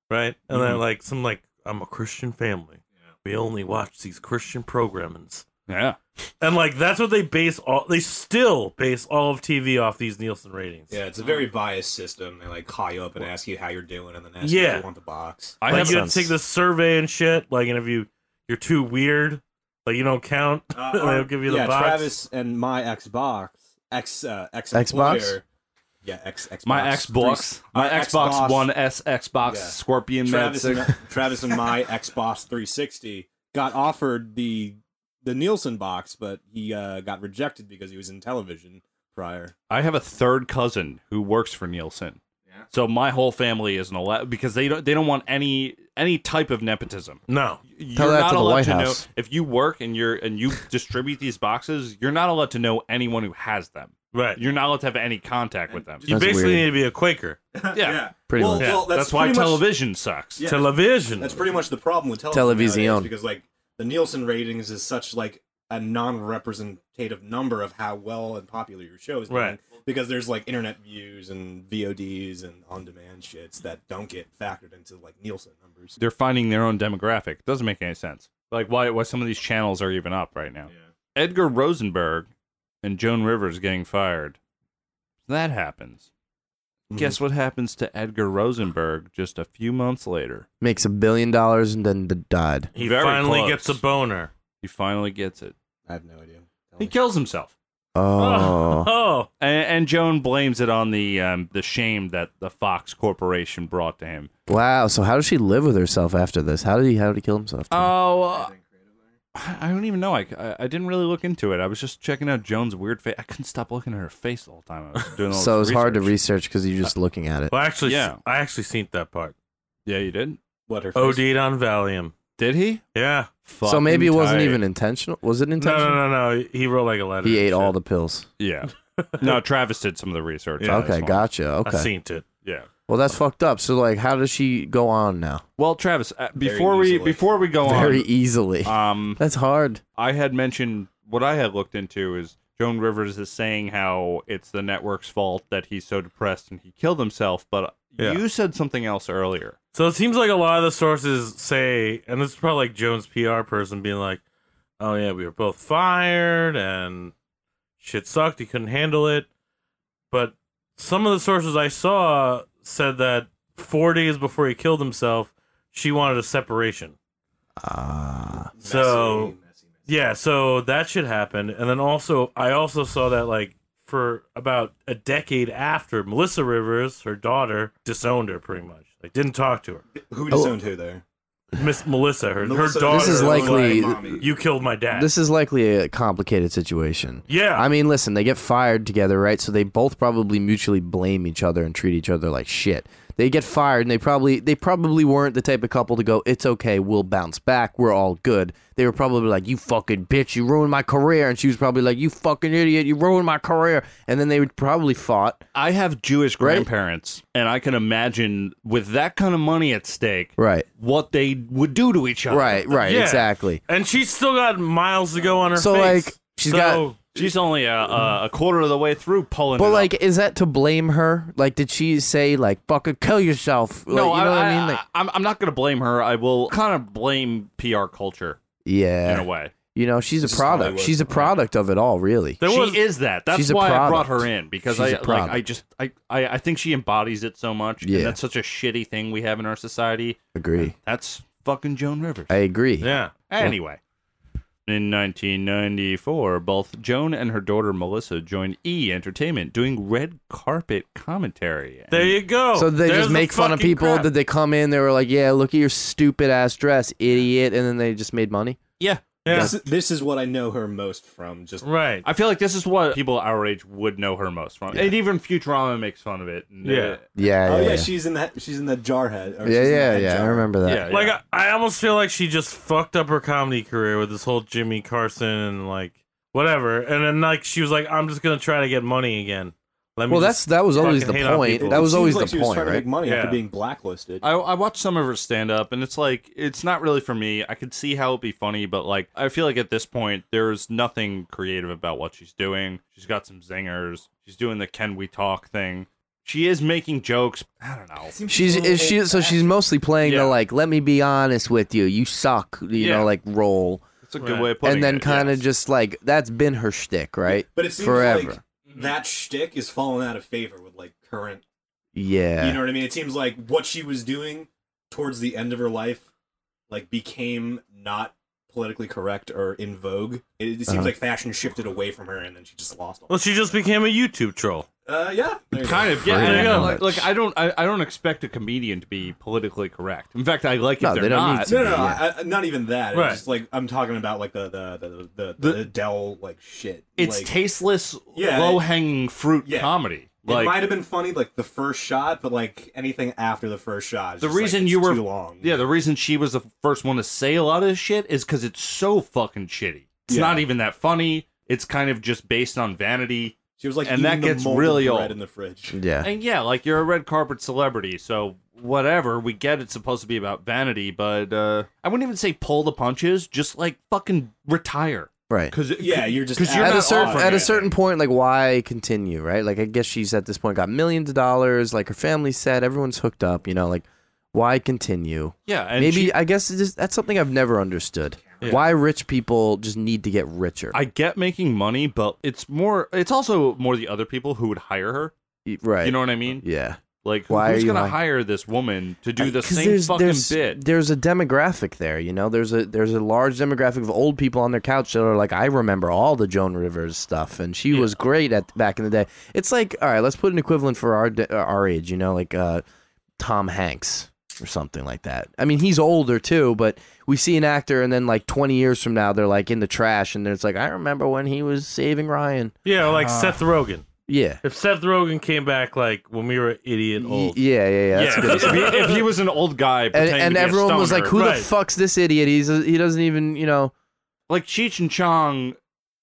[SPEAKER 8] right? And
[SPEAKER 1] Mm-hmm.
[SPEAKER 8] then like some like I'm a Christian family. We only watch these Christian programmings.
[SPEAKER 1] Yeah.
[SPEAKER 8] And like that's what they base all they still base all of TV off these Nielsen ratings.
[SPEAKER 9] Yeah, it's a very biased system. They like call you up and ask you how you're doing, and then ask you
[SPEAKER 8] Yeah.
[SPEAKER 9] if you want the box.
[SPEAKER 1] I
[SPEAKER 8] like
[SPEAKER 1] have
[SPEAKER 8] you have to take this survey and shit. Like, and if you you're too weird, like you don't count, they'll give you the
[SPEAKER 9] Uh, yeah,
[SPEAKER 8] box.
[SPEAKER 9] Travis and my Xbox, ex uh, ex
[SPEAKER 2] Xbox?
[SPEAKER 9] employer Yeah, X, Xbox.
[SPEAKER 1] My Xbox, my
[SPEAKER 9] my
[SPEAKER 1] Xbox,
[SPEAKER 9] Xbox.
[SPEAKER 1] One S, Xbox
[SPEAKER 9] Yeah.
[SPEAKER 1] Scorpion Med
[SPEAKER 9] Travis,
[SPEAKER 1] Six.
[SPEAKER 9] and, Travis and
[SPEAKER 1] [LAUGHS]
[SPEAKER 9] my Xbox 360 got offered the the Nielsen box, but he uh, got rejected because he was in television prior.
[SPEAKER 1] I have a third cousin who works for Nielsen. So my whole family isn't allowed because they don't they don't want any any type of nepotism.
[SPEAKER 8] No.
[SPEAKER 1] You're
[SPEAKER 2] Tell that
[SPEAKER 1] not
[SPEAKER 2] to the
[SPEAKER 1] allowed
[SPEAKER 2] White
[SPEAKER 1] to
[SPEAKER 2] House.
[SPEAKER 1] know if you work and you're and you distribute these boxes, you're not allowed to know anyone who has them.
[SPEAKER 8] Right.
[SPEAKER 1] You're not allowed to have any contact with them.
[SPEAKER 8] you
[SPEAKER 2] That's
[SPEAKER 8] basically
[SPEAKER 2] weird.
[SPEAKER 8] need to be a Quaker.
[SPEAKER 1] Yeah.
[SPEAKER 2] Pretty
[SPEAKER 9] well,
[SPEAKER 2] much.
[SPEAKER 9] well,
[SPEAKER 1] that's, why
[SPEAKER 9] pretty much-
[SPEAKER 1] television sucks.
[SPEAKER 9] Yeah.
[SPEAKER 8] Television.
[SPEAKER 9] That's pretty much the problem with television.
[SPEAKER 2] Television.
[SPEAKER 9] nowadays, because like the Nielsen ratings is such like a non-representative number of how well and popular your show is doing.
[SPEAKER 8] Right.
[SPEAKER 9] Because there's like internet views and VODs and on-demand shits that don't get factored into like Nielsen numbers.
[SPEAKER 1] They're finding their own demographic. Doesn't make any sense. Like why why some of these channels are even up right now. Edgar Rosenberg and Joan Rivers getting fired. That happens.
[SPEAKER 2] Mm-hmm.
[SPEAKER 1] Guess what happens to Edgar Rosenberg just a few months later?
[SPEAKER 2] Makes a billion dollars and then d- died.
[SPEAKER 8] He
[SPEAKER 1] Very
[SPEAKER 8] finally
[SPEAKER 1] close.
[SPEAKER 8] gets a boner.
[SPEAKER 1] He finally gets it.
[SPEAKER 9] I have no idea.
[SPEAKER 1] He kills himself.
[SPEAKER 2] Oh.
[SPEAKER 8] [LAUGHS] Oh.
[SPEAKER 1] And, and Joan blames it on the um, the shame that the Fox Corporation brought to him.
[SPEAKER 2] Wow. So how does she live with herself after this? How did he how did he kill himself?
[SPEAKER 1] Oh, uh, I I don't even know. I, I, I didn't really look into it. I was just checking out Joan's weird face. I couldn't stop looking at her face the whole time. I was [LAUGHS] doing all
[SPEAKER 2] so
[SPEAKER 1] this
[SPEAKER 2] it's hard to
[SPEAKER 1] research.
[SPEAKER 2] research because you're just looking at it.
[SPEAKER 8] Well, actually,
[SPEAKER 1] Yeah.
[SPEAKER 8] I actually seen that part.
[SPEAKER 1] Yeah, you did.
[SPEAKER 9] What her face-
[SPEAKER 8] OD'd on Valium.
[SPEAKER 1] Did he?
[SPEAKER 8] Yeah.
[SPEAKER 2] So maybe it
[SPEAKER 1] Fucking
[SPEAKER 2] wasn't
[SPEAKER 1] tight.
[SPEAKER 2] even intentional. Was it
[SPEAKER 8] No,
[SPEAKER 2] intentional?
[SPEAKER 8] no, no, no. He wrote like a letter.
[SPEAKER 2] He
[SPEAKER 8] and
[SPEAKER 2] ate all
[SPEAKER 8] shit.
[SPEAKER 2] the pills. [LAUGHS]
[SPEAKER 1] Yeah. No, Travis did some of the research.
[SPEAKER 8] Yeah,
[SPEAKER 1] on this
[SPEAKER 2] okay,
[SPEAKER 1] one.
[SPEAKER 2] gotcha.
[SPEAKER 8] I
[SPEAKER 2] Okay.
[SPEAKER 8] seen it.
[SPEAKER 1] Yeah.
[SPEAKER 2] Well, that's fucked up. So like, how does she go on now?
[SPEAKER 1] Well, Travis, uh,
[SPEAKER 9] Very
[SPEAKER 1] before we
[SPEAKER 9] easily.
[SPEAKER 1] before we go
[SPEAKER 2] Very e- easily.
[SPEAKER 8] Uh,
[SPEAKER 1] on, um,
[SPEAKER 2] that's hard.
[SPEAKER 1] I had mentioned what I had looked into is Joan Rivers is saying how it's the network's fault that he's so depressed and he killed himself, but
[SPEAKER 8] Yeah.
[SPEAKER 1] you said something else earlier.
[SPEAKER 8] So it seems like a lot of the sources say, and this is probably like Jones' PR person being like, "Oh yeah, we were both fired and shit sucked. He couldn't handle it." But some of the sources I saw said that four days before he killed himself, she wanted a separation.
[SPEAKER 2] Ah.
[SPEAKER 8] So yeah, so that should happen. And then also, I also saw that like for about a decade after Melissa Rivers, her daughter disowned her pretty much. Like didn't talk to her.
[SPEAKER 9] who disowned who there?
[SPEAKER 8] Miss Melissa, her,
[SPEAKER 9] Melissa-
[SPEAKER 8] her daughter.
[SPEAKER 2] This is
[SPEAKER 8] was
[SPEAKER 2] likely-
[SPEAKER 8] you killed my dad.
[SPEAKER 2] This is likely a complicated situation.
[SPEAKER 8] yeah,
[SPEAKER 2] I mean, listen, they get fired together, right? So they both probably mutually blame each other and treat each other like shit. They get fired and they probably they probably weren't the type of couple to go, "It's okay, we'll bounce back. We're all good." They were probably like, "You fucking bitch, you ruined my career." And she was probably like, "You fucking idiot, you ruined my career." And then they would probably fought.
[SPEAKER 1] I have Jewish
[SPEAKER 2] Right.
[SPEAKER 1] grandparents, and I can imagine with that kind of money at stake,
[SPEAKER 2] Right.
[SPEAKER 1] what they would do to each other.
[SPEAKER 2] Right, right,
[SPEAKER 8] Yeah.
[SPEAKER 2] exactly.
[SPEAKER 8] and she's still got miles to go on her.
[SPEAKER 2] So,
[SPEAKER 8] face.
[SPEAKER 2] like, she's
[SPEAKER 8] So,
[SPEAKER 2] got-
[SPEAKER 1] She's only a, a, a quarter of the way through pulling. it
[SPEAKER 2] But
[SPEAKER 1] up.
[SPEAKER 2] like, is that to blame her? Like, did she say like "fucking kill yourself"?
[SPEAKER 1] no,
[SPEAKER 2] like, you
[SPEAKER 1] I,
[SPEAKER 2] know what
[SPEAKER 1] I
[SPEAKER 2] I mean? Like,
[SPEAKER 1] am I'm not going to blame her. I will kind of blame PR culture in
[SPEAKER 2] yeah,
[SPEAKER 1] a way.
[SPEAKER 2] you know, she's a
[SPEAKER 9] This is
[SPEAKER 2] product.
[SPEAKER 9] Hollywood.
[SPEAKER 2] She's a product of it all, really.
[SPEAKER 8] there
[SPEAKER 1] she
[SPEAKER 8] was
[SPEAKER 1] is that. That's
[SPEAKER 2] she's a
[SPEAKER 1] why I brought
[SPEAKER 2] product.
[SPEAKER 1] her in because
[SPEAKER 2] She's
[SPEAKER 1] I
[SPEAKER 2] a
[SPEAKER 1] like I
[SPEAKER 2] product.
[SPEAKER 1] just I, I I think she embodies it so much.
[SPEAKER 2] Yeah.
[SPEAKER 1] and that's such a shitty thing we have in our society.
[SPEAKER 2] Agree.
[SPEAKER 1] That's fucking Joan Rivers.
[SPEAKER 2] I agree.
[SPEAKER 8] yeah.
[SPEAKER 1] Anyway. In 1994, both Joan and her daughter Melissa joined E Entertainment doing red carpet commentary.
[SPEAKER 8] There you go.
[SPEAKER 2] So they
[SPEAKER 8] There's
[SPEAKER 2] just
[SPEAKER 8] the
[SPEAKER 2] make fun of
[SPEAKER 8] fucking
[SPEAKER 2] people.
[SPEAKER 8] crap.
[SPEAKER 2] Did they come in? They were like, "Yeah, look at your stupid ass dress, idiot," and then they just made money.
[SPEAKER 1] yeah.
[SPEAKER 8] yeah.
[SPEAKER 9] This, this is what I know her most from. Just
[SPEAKER 8] Right.
[SPEAKER 1] I feel like this is what people our age would know her most from. And even Futurama makes fun of it. And, uh,
[SPEAKER 8] Yeah.
[SPEAKER 2] Yeah,
[SPEAKER 9] oh
[SPEAKER 2] yeah,
[SPEAKER 9] yeah,
[SPEAKER 2] yeah,
[SPEAKER 9] she's in that. She's in that jarhead. or she's
[SPEAKER 2] yeah,
[SPEAKER 9] in
[SPEAKER 2] yeah.
[SPEAKER 9] that
[SPEAKER 2] yeah, I
[SPEAKER 9] jar.
[SPEAKER 2] remember that.
[SPEAKER 1] yeah,
[SPEAKER 8] Like
[SPEAKER 1] yeah.
[SPEAKER 8] I, I almost feel like she just fucked up her comedy career with this whole Jimmy Carson and like whatever. And then like she was like, I'm just gonna try to get money again. Let me
[SPEAKER 2] Well, that's
[SPEAKER 8] just
[SPEAKER 2] that was always the
[SPEAKER 8] fucking hate on
[SPEAKER 2] point.
[SPEAKER 8] people.
[SPEAKER 2] That
[SPEAKER 9] It
[SPEAKER 2] was
[SPEAKER 9] seems
[SPEAKER 2] always
[SPEAKER 9] like
[SPEAKER 2] the
[SPEAKER 9] she was
[SPEAKER 2] point,
[SPEAKER 9] trying To
[SPEAKER 2] right?
[SPEAKER 9] make money
[SPEAKER 8] Yeah.
[SPEAKER 9] after being blacklisted.
[SPEAKER 1] I, I watched some of her stand up and it's like it's not really for me. I could see how it'd be funny, but like I feel like at this point there's nothing creative about what she's doing. She's got some zingers. She's doing the can we talk thing. She is making jokes. I don't know.
[SPEAKER 2] She's is she so she's mostly playing
[SPEAKER 1] Yeah.
[SPEAKER 2] the like, let me be honest with you, you suck, you
[SPEAKER 1] Yeah.
[SPEAKER 2] know, like role,
[SPEAKER 1] It's a
[SPEAKER 8] Right.
[SPEAKER 1] good way of putting
[SPEAKER 2] and then
[SPEAKER 1] it,
[SPEAKER 2] kind of
[SPEAKER 1] yes.
[SPEAKER 2] just like that's been her shtick, right?
[SPEAKER 9] But it seems
[SPEAKER 2] forever.
[SPEAKER 9] like
[SPEAKER 1] Mm-hmm.
[SPEAKER 9] that shtick is falling out of favor with like current.
[SPEAKER 2] yeah,
[SPEAKER 9] You know what I mean? It seems like what she was doing towards the end of her life, like became not politically correct or in vogue. It, it seems
[SPEAKER 2] Uh-huh.
[SPEAKER 9] like fashion shifted away from her, and then she just lost all.
[SPEAKER 8] well, she just became a YouTube troll.
[SPEAKER 9] Uh, yeah. There you go.
[SPEAKER 1] Kind of, yeah. There you go.
[SPEAKER 2] much.
[SPEAKER 1] Like, like, I don't, I, I don't expect a comedian to be politically correct. In fact, I like if
[SPEAKER 2] No,
[SPEAKER 1] they're
[SPEAKER 2] they don't need
[SPEAKER 1] not.
[SPEAKER 2] to.
[SPEAKER 9] No, no, no
[SPEAKER 2] Yeah.
[SPEAKER 9] I, I- not even that. It's
[SPEAKER 8] Right.
[SPEAKER 9] Just like I'm talking about like the the the the, the, Adele like shit.
[SPEAKER 1] It's
[SPEAKER 9] like,
[SPEAKER 1] tasteless,
[SPEAKER 9] Yeah, it-
[SPEAKER 1] low hanging fruit
[SPEAKER 9] Yeah.
[SPEAKER 1] comedy.
[SPEAKER 9] it
[SPEAKER 1] Like
[SPEAKER 9] might have been funny like the first shot, but like anything after the first shot. Is
[SPEAKER 1] the
[SPEAKER 9] just, like,
[SPEAKER 1] reason
[SPEAKER 9] it's
[SPEAKER 1] you were
[SPEAKER 9] too long.
[SPEAKER 1] Yeah, the reason she was the first one to say a lot of this shit is because it's so fucking shitty. It's
[SPEAKER 9] Yeah.
[SPEAKER 1] not even that funny. It's kind of just based on vanity.
[SPEAKER 9] she was like,
[SPEAKER 1] and that
[SPEAKER 9] eating the
[SPEAKER 1] gets
[SPEAKER 9] molded
[SPEAKER 1] really
[SPEAKER 9] bread
[SPEAKER 1] old.
[SPEAKER 9] in the fridge.
[SPEAKER 2] Yeah.
[SPEAKER 1] And yeah, like you're a red carpet celebrity, so whatever. We get it's supposed to be about vanity, but uh I wouldn't even say pull the punches. Just like fucking retire,
[SPEAKER 2] Right.
[SPEAKER 1] because
[SPEAKER 9] Yeah, you're just
[SPEAKER 1] because you're
[SPEAKER 9] out.
[SPEAKER 2] at
[SPEAKER 1] not
[SPEAKER 2] a certain
[SPEAKER 1] offering
[SPEAKER 2] at a
[SPEAKER 1] it.
[SPEAKER 2] certain point, like why continue, right? Like I guess she's at this point got millions of dollars, like her family's set, everyone's hooked up, you know, like why continue?
[SPEAKER 1] Yeah, and
[SPEAKER 2] Maybe
[SPEAKER 1] she-
[SPEAKER 2] I guess it's just, that's something I've never understood. Why rich people just need to get richer?
[SPEAKER 1] I get making money, but it's more. It's also more the other people who would hire her.
[SPEAKER 2] right.
[SPEAKER 1] You know what I mean?
[SPEAKER 2] yeah.
[SPEAKER 1] Like,
[SPEAKER 2] Why are
[SPEAKER 1] who's
[SPEAKER 2] you
[SPEAKER 1] gonna
[SPEAKER 2] hi-
[SPEAKER 1] hire this woman to do the
[SPEAKER 2] 'Cause
[SPEAKER 1] same fucking
[SPEAKER 2] there's,
[SPEAKER 1] bit?
[SPEAKER 2] There's a demographic there, you know. There's a there's a large demographic of old people on their couch that are like, I remember all the Joan Rivers stuff, and she was great at back in the day. It's like, all right, let's put an equivalent for our de- uh, our age, you know, like uh, Tom Hanks or something like that. I mean, he's older too, but we see an actor, and then like 20 years from now, they're like in the trash, and it's like, I remember when he was saving Ryan.
[SPEAKER 8] Yeah, like
[SPEAKER 2] Ah.
[SPEAKER 8] Seth Rogen.
[SPEAKER 2] Yeah,
[SPEAKER 8] If Seth Rogen came back like when we were idiot
[SPEAKER 2] Y-
[SPEAKER 8] old.
[SPEAKER 2] yeah, yeah, yeah. That's a good
[SPEAKER 1] yeah, [LAUGHS] if, he, if he was an old guy,
[SPEAKER 2] and,
[SPEAKER 1] pretending
[SPEAKER 2] and
[SPEAKER 1] to be a
[SPEAKER 2] everyone was
[SPEAKER 1] stoner-
[SPEAKER 2] like, "Who
[SPEAKER 8] Right.
[SPEAKER 2] the fuck's this idiot? He's he doesn't even you know."
[SPEAKER 1] like Cheech and Chong,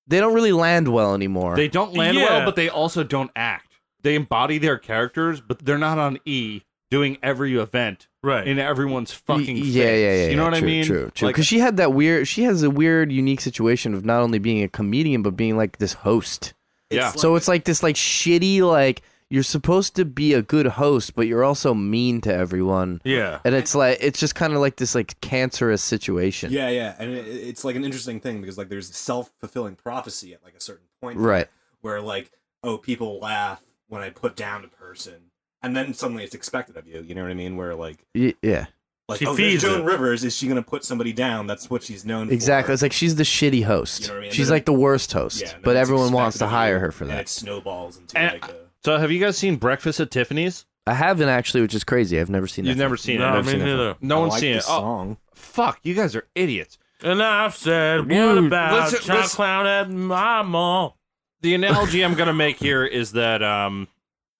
[SPEAKER 2] They don't really land well anymore.
[SPEAKER 1] they don't land
[SPEAKER 8] Yeah.
[SPEAKER 1] well, but they also don't act. They embody their characters, but they're not on E doing every event
[SPEAKER 8] Right.
[SPEAKER 1] in everyone's fucking
[SPEAKER 2] Y-
[SPEAKER 1] face.
[SPEAKER 2] yeah, yeah, yeah.
[SPEAKER 1] You know
[SPEAKER 2] yeah,
[SPEAKER 1] what
[SPEAKER 2] true,
[SPEAKER 1] I mean?
[SPEAKER 2] True, true.
[SPEAKER 1] Like,
[SPEAKER 2] Because she had that weird. She has a weird, unique situation of not only being a comedian but being like this host.
[SPEAKER 1] yeah.
[SPEAKER 2] so it's like this, like shitty, like you're supposed to be a good host, but you're also mean to everyone,
[SPEAKER 8] yeah.
[SPEAKER 2] and it's like it's just kind of like this, like cancerous situation.
[SPEAKER 9] Yeah, yeah, and it, it's like an interesting thing because like there's self fulfilling prophecy at like a certain point,
[SPEAKER 2] Right.
[SPEAKER 9] Where like, oh, people laugh when I put down a person, and then suddenly it's expected of you. You know what I mean? Where like,
[SPEAKER 2] Y- yeah.
[SPEAKER 9] like
[SPEAKER 8] She
[SPEAKER 9] oh,
[SPEAKER 8] feeds
[SPEAKER 9] there's Joan
[SPEAKER 8] it.
[SPEAKER 9] Rivers is she gonna put somebody down? That's what she's known for.
[SPEAKER 2] Exactly. It's like she's the shitty host.
[SPEAKER 9] You know what I mean?
[SPEAKER 2] She's
[SPEAKER 9] Then-
[SPEAKER 2] like the worst host,
[SPEAKER 9] Yeah, and
[SPEAKER 2] but
[SPEAKER 9] then it's
[SPEAKER 2] everyone wants
[SPEAKER 9] expected
[SPEAKER 2] to
[SPEAKER 9] of
[SPEAKER 2] hire
[SPEAKER 9] you,
[SPEAKER 2] her for
[SPEAKER 9] and
[SPEAKER 2] that.
[SPEAKER 9] it snowballs into
[SPEAKER 1] And-
[SPEAKER 9] like a.
[SPEAKER 1] so have you guys seen Breakfast at Tiffany's?
[SPEAKER 2] I haven't actually, which is crazy. I've never seen.
[SPEAKER 1] You've
[SPEAKER 2] that
[SPEAKER 1] never
[SPEAKER 2] film.
[SPEAKER 1] seen
[SPEAKER 8] No,
[SPEAKER 1] it.
[SPEAKER 8] I
[SPEAKER 2] I've
[SPEAKER 8] me
[SPEAKER 2] seen that
[SPEAKER 8] neither.
[SPEAKER 1] No
[SPEAKER 9] I
[SPEAKER 1] one's
[SPEAKER 9] like
[SPEAKER 1] seen it.
[SPEAKER 9] this
[SPEAKER 1] Oh,
[SPEAKER 9] song.
[SPEAKER 1] fuck! You guys are idiots.
[SPEAKER 8] And I've said, what
[SPEAKER 1] Dude,
[SPEAKER 8] about
[SPEAKER 1] listen-
[SPEAKER 8] John
[SPEAKER 1] listen-
[SPEAKER 8] Clown at my mall?
[SPEAKER 1] the analogy I'm gonna make here is that um,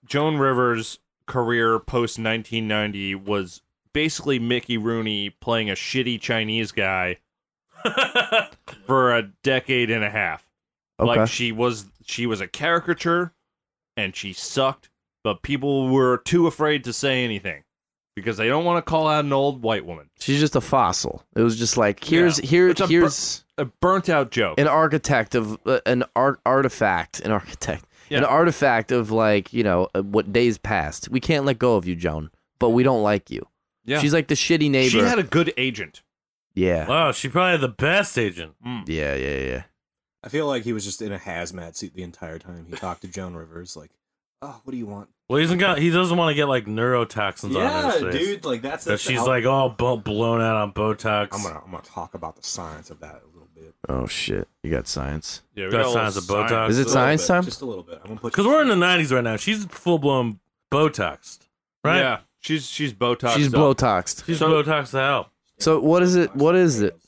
[SPEAKER 1] Joan Rivers' career post 1990 was basically Mickey Rooney playing a shitty Chinese guy [LAUGHS] for a decade and a half.
[SPEAKER 2] Okay.
[SPEAKER 1] Like she was, she was a caricature, and she sucked. But people were too afraid to say anything because they don't want to call out an old white woman.
[SPEAKER 2] She's just a fossil. It was just like here's
[SPEAKER 1] Yeah.
[SPEAKER 2] here
[SPEAKER 1] It's a bur-
[SPEAKER 2] here's
[SPEAKER 1] A burnt out joke.
[SPEAKER 2] an architect of uh, an art artifact, an architect,
[SPEAKER 1] Yeah.
[SPEAKER 2] an artifact of like you know uh, what days past. We can't let go of you, Joan, but we don't like you.
[SPEAKER 1] yeah,
[SPEAKER 2] She's like the shitty neighbor.
[SPEAKER 1] she had a good agent.
[SPEAKER 2] yeah, Mm.
[SPEAKER 8] Wow, she probably had the best agent.
[SPEAKER 2] yeah, yeah, yeah.
[SPEAKER 9] I feel like he was just in a hazmat suit the entire time. He talked to Joan Rivers like, "Oh, what do you want?"
[SPEAKER 8] Well, he doesn't got. He doesn't want to get like neurotoxins on
[SPEAKER 9] yeah,
[SPEAKER 8] his face.
[SPEAKER 9] dude, like that's
[SPEAKER 8] So
[SPEAKER 9] the-
[SPEAKER 8] she's
[SPEAKER 9] I'll-
[SPEAKER 8] like all bu- blown out on Botox.
[SPEAKER 9] I'm gonna I'm gonna talk about the science of that a little bit.
[SPEAKER 2] Oh shit, you got science.
[SPEAKER 1] Yeah, we
[SPEAKER 8] Got
[SPEAKER 1] got a little
[SPEAKER 8] signs of
[SPEAKER 1] sign-
[SPEAKER 8] Botox.
[SPEAKER 2] Is it
[SPEAKER 9] Just a little
[SPEAKER 2] science
[SPEAKER 9] bit,
[SPEAKER 2] time?
[SPEAKER 9] Just a little bit. I'm gonna put
[SPEAKER 8] Because we're in the '90s right now. She's full blown Botoxed, right?
[SPEAKER 1] Yeah, she's she's Botox.
[SPEAKER 2] She's blotoxed.
[SPEAKER 8] She's
[SPEAKER 1] So-
[SPEAKER 8] Botoxed to hell.
[SPEAKER 2] So what is it? What
[SPEAKER 1] [LAUGHS]
[SPEAKER 2] is it?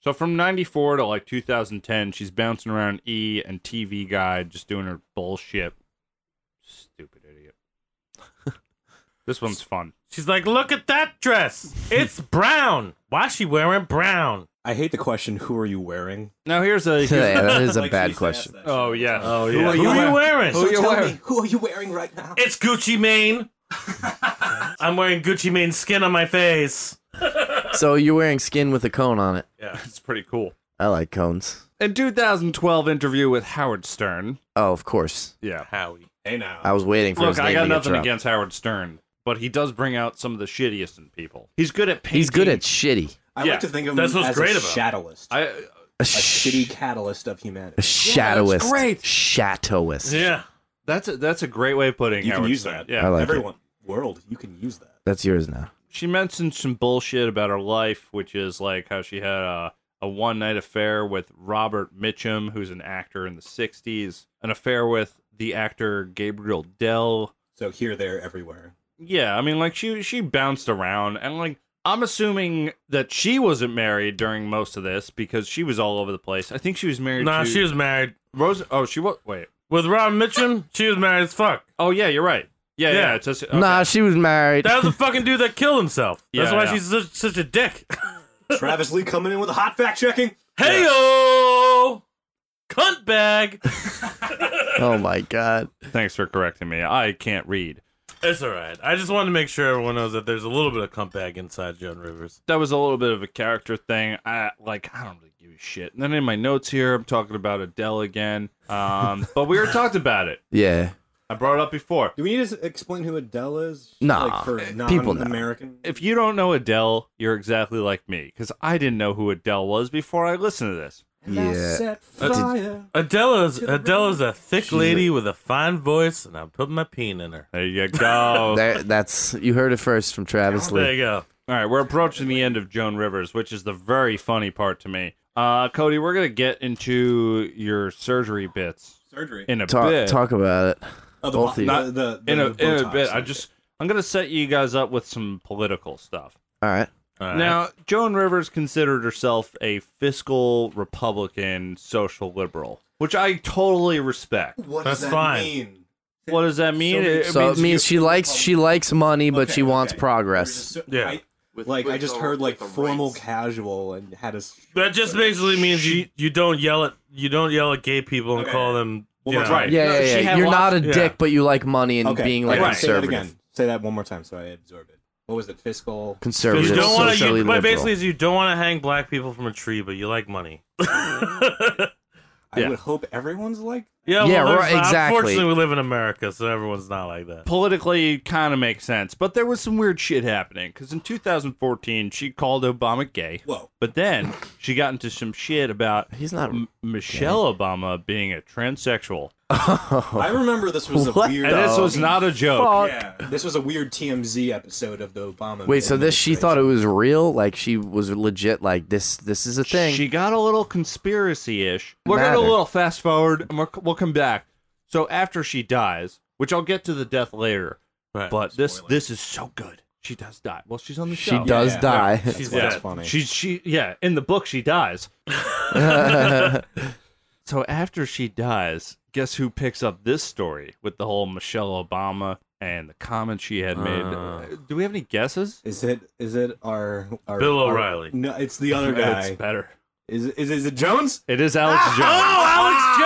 [SPEAKER 1] So from 94 to like 2010, she's bouncing around E and TV Guide, just doing her bullshit. Stupid idiot. this one's fun.
[SPEAKER 8] She's like, look at that dress. It's brown. Why's she wearing brown?
[SPEAKER 9] I hate the question. Who are you wearing?
[SPEAKER 1] Now here's a.
[SPEAKER 2] [LAUGHS] Yeah, that is a
[SPEAKER 9] Like,
[SPEAKER 2] bad
[SPEAKER 9] she's gonna ask
[SPEAKER 2] question.
[SPEAKER 9] that shit.
[SPEAKER 1] oh yeah.
[SPEAKER 8] Oh
[SPEAKER 1] Who
[SPEAKER 8] yeah.
[SPEAKER 1] are you wearing?
[SPEAKER 8] wearing?
[SPEAKER 1] Who are you
[SPEAKER 9] Tell
[SPEAKER 1] wearing?
[SPEAKER 9] me, who are you wearing right now?
[SPEAKER 8] It's Gucci Mane. I'm wearing Gucci Mane skin on my face.
[SPEAKER 2] So you're wearing skin with a cone on it.
[SPEAKER 8] Yeah.
[SPEAKER 1] It's pretty cool.
[SPEAKER 2] I like cones.
[SPEAKER 1] In 2012 interview with Howard Stern.
[SPEAKER 2] Oh, of course.
[SPEAKER 1] Yeah.
[SPEAKER 8] [LAUGHS] Howie.
[SPEAKER 9] Hey now.
[SPEAKER 2] I was waiting for.
[SPEAKER 1] Look,
[SPEAKER 2] his
[SPEAKER 1] I
[SPEAKER 2] name
[SPEAKER 1] got
[SPEAKER 2] to get
[SPEAKER 1] nothing [LAUGHS]
[SPEAKER 2] dropped.
[SPEAKER 1] against Howard Stern, but he does bring out some of the shittiest in people. He's good at painting.
[SPEAKER 2] He's good at shitty.
[SPEAKER 9] I
[SPEAKER 1] yeah,
[SPEAKER 9] like to think of him
[SPEAKER 8] that's
[SPEAKER 9] as
[SPEAKER 8] what's
[SPEAKER 9] a
[SPEAKER 8] great about it.
[SPEAKER 9] shadowist,
[SPEAKER 1] I
[SPEAKER 2] A
[SPEAKER 9] a shitty catalyst of humanity.
[SPEAKER 2] Shadowist.
[SPEAKER 1] that's great.
[SPEAKER 2] Shadowist.
[SPEAKER 8] Yeah.
[SPEAKER 1] that's a, that's a great way of putting.
[SPEAKER 9] You can
[SPEAKER 1] Howard
[SPEAKER 9] use
[SPEAKER 1] Stern.
[SPEAKER 9] that.
[SPEAKER 1] Yeah.
[SPEAKER 2] I like it.
[SPEAKER 9] Everyone, world, you can use that.
[SPEAKER 2] That's yours now.
[SPEAKER 1] she mentioned some bullshit about her life, which is like how she had a, a one night affair with Robert Mitchum, who's an actor in the 60s, an affair with the actor Gabriel Dell.
[SPEAKER 9] So here, there, everywhere.
[SPEAKER 1] Yeah, I mean, like she she bounced around, and like I'm assuming that she wasn't married during most of this because she was all over the place. I think she was married.
[SPEAKER 8] Nah,
[SPEAKER 1] to
[SPEAKER 8] she was married.
[SPEAKER 1] Rose. Oh, she was. Wait.
[SPEAKER 8] With Rob Mitchum, she was married as fuck.
[SPEAKER 1] Oh yeah, you're right. Yeah, yeah.
[SPEAKER 8] Yeah.
[SPEAKER 1] it's just, okay.
[SPEAKER 2] Nah, she was married.
[SPEAKER 8] That was a fucking dude that killed himself. That's
[SPEAKER 1] Yeah,
[SPEAKER 8] why
[SPEAKER 1] yeah.
[SPEAKER 8] she's such, such a dick. [LAUGHS]
[SPEAKER 9] Travis Lee coming in with a hot fact checking.
[SPEAKER 8] hey yo!
[SPEAKER 2] [LAUGHS]
[SPEAKER 8] Cunt bag!
[SPEAKER 2] oh my god.
[SPEAKER 1] Thanks for correcting me. I can't read.
[SPEAKER 8] it's alright. I just wanted to make sure everyone knows that there's a little bit of cunt bag inside Joan Rivers.
[SPEAKER 1] that was a little bit of a character thing. I like I don't really give a shit. And then in my notes here, I'm talking about Adele again. Um, but we already talked about it.
[SPEAKER 2] Yeah.
[SPEAKER 1] I brought it up before.
[SPEAKER 9] Do we need to s- explain who Adele is?
[SPEAKER 2] Nah,
[SPEAKER 9] like for
[SPEAKER 2] eh, people know.
[SPEAKER 9] non-American.
[SPEAKER 1] If you don't know Adele, you're exactly like me because I didn't know who Adele was before I listened to this.
[SPEAKER 9] And I
[SPEAKER 2] Yeah.
[SPEAKER 9] set
[SPEAKER 2] That's-
[SPEAKER 9] fire.
[SPEAKER 8] Adela's
[SPEAKER 9] To the
[SPEAKER 8] Adela's a thick
[SPEAKER 2] a-
[SPEAKER 8] lady with a fine voice, and I'm putting my peen in her.
[SPEAKER 1] There you
[SPEAKER 2] [LAUGHS]
[SPEAKER 1] go.
[SPEAKER 2] There, that's you heard it first from Travis
[SPEAKER 8] There
[SPEAKER 2] Lee.
[SPEAKER 8] you go.
[SPEAKER 1] All right, we're approaching the end of Joan Rivers, which is the very funny part to me. Uh, Cody, we're gonna get into your surgery bits
[SPEAKER 9] Surgery.
[SPEAKER 1] in a
[SPEAKER 2] Talk
[SPEAKER 1] bit.
[SPEAKER 2] talk about it.
[SPEAKER 9] oh, the,
[SPEAKER 2] both
[SPEAKER 9] bo-
[SPEAKER 2] of you.
[SPEAKER 9] the, the, the
[SPEAKER 1] in a, in a
[SPEAKER 9] Botox
[SPEAKER 1] bit. I
[SPEAKER 9] surgery.
[SPEAKER 1] just I'm gonna set you guys up with some political stuff.
[SPEAKER 2] All right.
[SPEAKER 8] Alright.
[SPEAKER 1] Now, Joan Rivers considered herself a fiscal Republican social liberal, which I totally respect.
[SPEAKER 9] What
[SPEAKER 8] That's
[SPEAKER 9] does that
[SPEAKER 8] fine.
[SPEAKER 9] mean?
[SPEAKER 1] What does that mean?
[SPEAKER 9] So many-
[SPEAKER 1] It- it
[SPEAKER 2] so
[SPEAKER 1] means
[SPEAKER 2] it means she likes she likes money, but
[SPEAKER 9] Okay,
[SPEAKER 2] she wants
[SPEAKER 9] okay.
[SPEAKER 2] progress.
[SPEAKER 9] So-
[SPEAKER 8] Yeah.
[SPEAKER 9] I- like I just heard like formal casual and had a s-
[SPEAKER 8] that just basically means you, you don't yell at you don't yell at gay people and
[SPEAKER 9] Okay.
[SPEAKER 8] call them
[SPEAKER 9] One
[SPEAKER 8] you
[SPEAKER 9] more
[SPEAKER 8] know,
[SPEAKER 1] time.
[SPEAKER 2] Yeah,
[SPEAKER 1] No,
[SPEAKER 2] yeah,
[SPEAKER 1] she
[SPEAKER 2] yeah.
[SPEAKER 1] had
[SPEAKER 2] You're
[SPEAKER 1] lots-
[SPEAKER 2] not a
[SPEAKER 8] yeah.
[SPEAKER 2] dick, but you like money and
[SPEAKER 9] okay.
[SPEAKER 2] being like
[SPEAKER 9] okay,
[SPEAKER 2] conservative.
[SPEAKER 9] Say that again. Say that one more time so I absorbed it. What was it? Fiscal.
[SPEAKER 2] Conservative,
[SPEAKER 8] You don't want to.
[SPEAKER 2] socially
[SPEAKER 8] You, but
[SPEAKER 2] liberal.
[SPEAKER 8] basically, is you don't want to hang black people from a tree, but you like money. [LAUGHS]
[SPEAKER 1] Yeah.
[SPEAKER 9] I would hope everyone's like
[SPEAKER 8] Yeah,
[SPEAKER 2] Yeah,
[SPEAKER 8] well,
[SPEAKER 2] right,
[SPEAKER 8] there's-
[SPEAKER 2] exactly.
[SPEAKER 8] Unfortunately, we live in America, so everyone's not like that.
[SPEAKER 1] politically kind of makes sense, but there was some weird shit happening because in 2014 she called Obama gay,
[SPEAKER 9] whoa.
[SPEAKER 1] but then she got into some shit about
[SPEAKER 2] He's not.
[SPEAKER 1] M- Michelle Obama being a transsexual,
[SPEAKER 9] I remember this was a
[SPEAKER 2] Oh. What
[SPEAKER 9] weird.
[SPEAKER 1] and this
[SPEAKER 2] Oh.
[SPEAKER 1] was not a joke.
[SPEAKER 2] Fuck.
[SPEAKER 9] Yeah, this was a weird TMZ episode of the Obama.
[SPEAKER 2] Wait, so this she
[SPEAKER 9] administration.
[SPEAKER 2] thought it was real? Like she was legit? Like this? This is a thing?
[SPEAKER 1] She got a little conspiracy ish. We're going to
[SPEAKER 2] Matter.
[SPEAKER 1] a little fast forward and we're, we'll come back. So after she dies, which I'll get to the death later,
[SPEAKER 8] Right.
[SPEAKER 1] but this this is so good. She does die. Well, she's on the
[SPEAKER 2] She
[SPEAKER 1] show.
[SPEAKER 2] does
[SPEAKER 9] Yeah.
[SPEAKER 2] die.
[SPEAKER 9] That's
[SPEAKER 8] She's
[SPEAKER 9] why it's
[SPEAKER 8] dead.
[SPEAKER 9] funny.
[SPEAKER 1] She's she yeah, in the book she dies.
[SPEAKER 2] [LAUGHS]
[SPEAKER 1] So after she dies, guess who picks up this story with the whole Michelle Obama and the comments she had made?
[SPEAKER 8] Uh.
[SPEAKER 1] Do we have any guesses?
[SPEAKER 9] Is it is it our, our
[SPEAKER 8] Bill
[SPEAKER 9] our-
[SPEAKER 8] O'Reilly.
[SPEAKER 9] No, it's the other
[SPEAKER 1] [LAUGHS]
[SPEAKER 9] guy.
[SPEAKER 1] It's better.
[SPEAKER 9] Is is is it Jones?
[SPEAKER 1] It is Alex Jones.
[SPEAKER 8] Oh,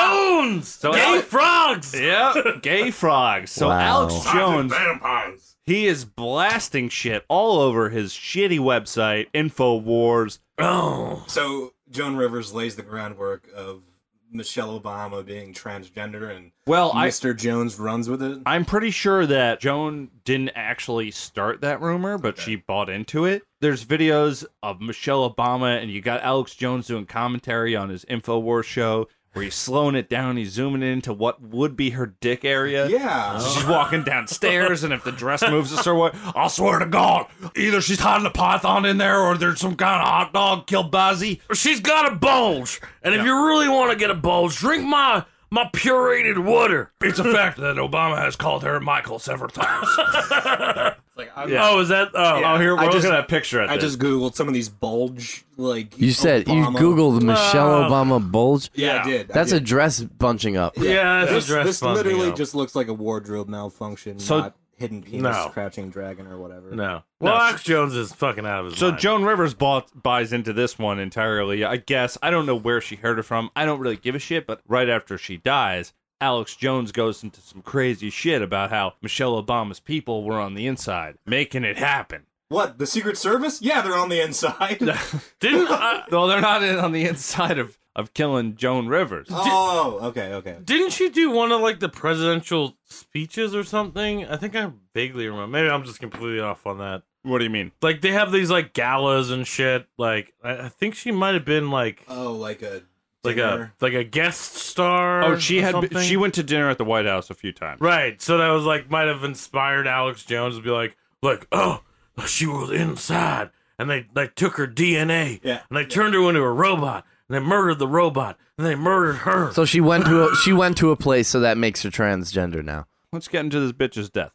[SPEAKER 8] Alex Jones!
[SPEAKER 1] So
[SPEAKER 8] gay
[SPEAKER 1] Alex-
[SPEAKER 8] frogs! [LAUGHS]
[SPEAKER 1] Yep, gay frogs. So
[SPEAKER 2] Wow.
[SPEAKER 1] Alex
[SPEAKER 2] Toxic
[SPEAKER 1] Jones,
[SPEAKER 8] Vampires!
[SPEAKER 1] he is blasting shit all over his shitty website, InfoWars.
[SPEAKER 8] Oh.
[SPEAKER 9] So Joan Rivers lays the groundwork of Michelle Obama being transgender, and
[SPEAKER 1] Well, I,
[SPEAKER 9] Mr. Jones runs with it.
[SPEAKER 1] I'm pretty sure that Joan didn't actually start that rumor, but she bought into it. There's videos of Michelle Obama, and you got Alex Jones doing commentary on his InfoWars show where he's slowing it down, he's zooming into what would be her dick area.
[SPEAKER 9] yeah.
[SPEAKER 1] So she's walking downstairs, and if the dress moves a certain way, I'll swear to God, either she's hiding a python in there, or there's some kind of hot dog kielbasi.
[SPEAKER 8] She's got a bulge, and if you really want to get a bulge, drink my my purated water.
[SPEAKER 1] It's a fact that Obama has called her Michael several times.
[SPEAKER 8] [LAUGHS] Oh, is that? Oh,
[SPEAKER 1] Oh, here we're
[SPEAKER 9] I
[SPEAKER 1] looking
[SPEAKER 9] just-
[SPEAKER 1] at a picture. At
[SPEAKER 9] I
[SPEAKER 1] this.
[SPEAKER 9] just googled some of these bulge like
[SPEAKER 2] you said
[SPEAKER 9] Obama-
[SPEAKER 2] you googled
[SPEAKER 8] Ah.
[SPEAKER 2] Michelle
[SPEAKER 8] No.
[SPEAKER 2] Obama bulge.
[SPEAKER 9] Yeah, I did. I
[SPEAKER 2] That's a
[SPEAKER 9] did.
[SPEAKER 2] dress bunching up.
[SPEAKER 8] yeah, that's
[SPEAKER 9] This,
[SPEAKER 8] a dress
[SPEAKER 9] this
[SPEAKER 8] bumping
[SPEAKER 9] literally
[SPEAKER 8] up.
[SPEAKER 9] just looks like a wardrobe malfunction,
[SPEAKER 1] So-
[SPEAKER 9] not hidden penis
[SPEAKER 8] No.
[SPEAKER 9] crouching dragon or whatever.
[SPEAKER 8] no. Well, Alex Jones is fucking out of his
[SPEAKER 1] So
[SPEAKER 8] mind.
[SPEAKER 1] Joan Rivers bought buys into this one entirely. I guess I don't know where she heard it from. I don't really give a shit. But right after she dies, Alex Jones goes into some crazy shit about how Michelle Obama's people were on the inside making it happen.
[SPEAKER 9] What? The Secret Service? Yeah, they're on the inside.
[SPEAKER 8] didn't
[SPEAKER 9] [LAUGHS]
[SPEAKER 8] I,
[SPEAKER 1] Though they're not in on the inside of of killing Joan Rivers.
[SPEAKER 9] oh, okay, okay.
[SPEAKER 8] Didn't she do one of like the presidential speeches or something? I think I vaguely remember. Maybe I'm just completely off on that.
[SPEAKER 1] What do you mean?
[SPEAKER 8] Like they have these like galas and shit. Like I, I think she might have been like
[SPEAKER 9] Oh, like a
[SPEAKER 8] like
[SPEAKER 9] dinner.
[SPEAKER 8] a like a guest star.
[SPEAKER 1] Oh, she
[SPEAKER 8] or
[SPEAKER 1] had
[SPEAKER 8] something.
[SPEAKER 1] she went to dinner at the White House a few times.
[SPEAKER 8] right. So that was like might have inspired Alex Jones to be like like oh she was inside and they like took her DNA
[SPEAKER 9] Yeah.
[SPEAKER 8] and they turned her into a robot and they murdered the robot, and they murdered her.
[SPEAKER 2] So she went to a, she went to a place, so that makes her transgender now.
[SPEAKER 1] Let's get into this bitch's death.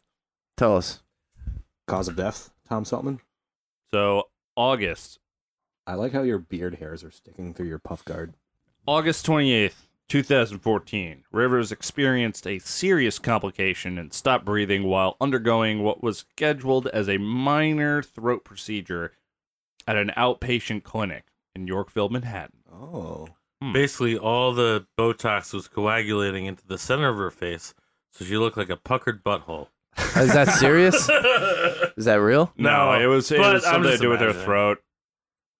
[SPEAKER 2] Tell us.
[SPEAKER 9] Cause of death, Tom Seltman.
[SPEAKER 1] So August,
[SPEAKER 9] I like how your beard hairs are sticking through your puff guard.
[SPEAKER 1] August 28th, 2014, Rivers experienced a serious complication and stopped breathing while undergoing what was scheduled as a minor throat procedure at an outpatient clinic in Yorkville, Manhattan.
[SPEAKER 9] Oh.
[SPEAKER 8] Basically, all the Botox was coagulating into the center of her face, so she looked like a puckered [LAUGHS] butthole.
[SPEAKER 2] Is that serious? Is that real?
[SPEAKER 1] No,
[SPEAKER 8] No,
[SPEAKER 1] it was, it
[SPEAKER 8] but
[SPEAKER 1] was
[SPEAKER 8] I'm
[SPEAKER 1] something to
[SPEAKER 8] just
[SPEAKER 1] do with her
[SPEAKER 8] imagining.
[SPEAKER 1] throat.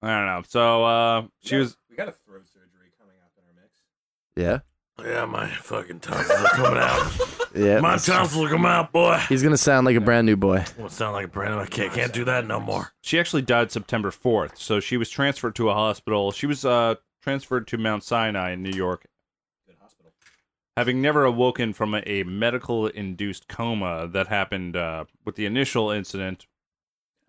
[SPEAKER 1] I don't know. So uh, she was
[SPEAKER 9] We got a throat surgery coming up in our mix.
[SPEAKER 2] Yeah.
[SPEAKER 8] Yeah, my fucking tonsils are
[SPEAKER 1] [LAUGHS]
[SPEAKER 8] coming out.
[SPEAKER 2] Yeah.
[SPEAKER 8] My tonsils will come out, boy.
[SPEAKER 2] He's gonna sound like a brand new boy.
[SPEAKER 8] Well, sound like a brand new I can't, can't do that no more.
[SPEAKER 1] she actually died September 4th. So she was transferred to a hospital. She was uh, transferred to Mount Sinai in New York. Having never awoken from a, a medical induced coma that happened uh, with the initial incident.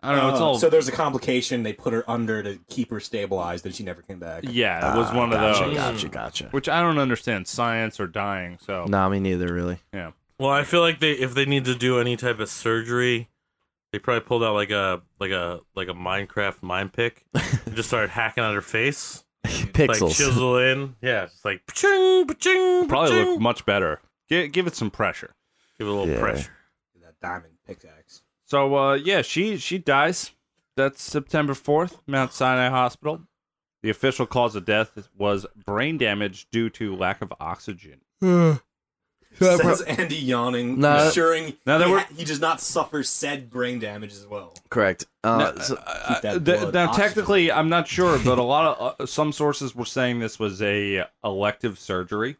[SPEAKER 1] I don't know. Oh, It's all.
[SPEAKER 9] Oh. So there's a complication. They put her under to keep her stabilized, and she never came back.
[SPEAKER 1] yeah, it was one of
[SPEAKER 2] Ah, Gotcha,
[SPEAKER 1] those.
[SPEAKER 2] gotcha, Mm. gotcha.
[SPEAKER 1] Which I don't understand science or dying. So,
[SPEAKER 2] Nah, me neither, really.
[SPEAKER 1] yeah.
[SPEAKER 8] Well, I feel like they if they need to do any type of surgery, they probably pulled out like a like a like a Minecraft mine pick and just started hacking at her face. [LAUGHS]
[SPEAKER 2] [LAUGHS]
[SPEAKER 8] Like
[SPEAKER 2] Pixels. [SIGHS]
[SPEAKER 8] chisel in. Yeah, just like pa-ching, pa-ching,
[SPEAKER 1] Probably
[SPEAKER 8] pa-ching.
[SPEAKER 1] look much better. Give, give it some pressure.
[SPEAKER 8] give it a little
[SPEAKER 2] Yeah.
[SPEAKER 8] pressure.
[SPEAKER 9] That diamond pickaxe.
[SPEAKER 1] So uh yeah, she she dies. That's September 4th, Mount Sinai Hospital. The official cause of death was brain damage due to lack of oxygen.
[SPEAKER 9] Says Andy yawning,
[SPEAKER 2] No.
[SPEAKER 9] assuring
[SPEAKER 1] No, there
[SPEAKER 9] he,
[SPEAKER 1] were-
[SPEAKER 9] ha- he does not suffer said brain damage as well.
[SPEAKER 2] Correct. Uh, so-
[SPEAKER 1] Uh,
[SPEAKER 9] that
[SPEAKER 1] uh,
[SPEAKER 9] blood
[SPEAKER 1] th- now
[SPEAKER 9] oxygen.
[SPEAKER 1] technically, I'm not sure, but a lot of uh, some sources were saying this was a elective surgery.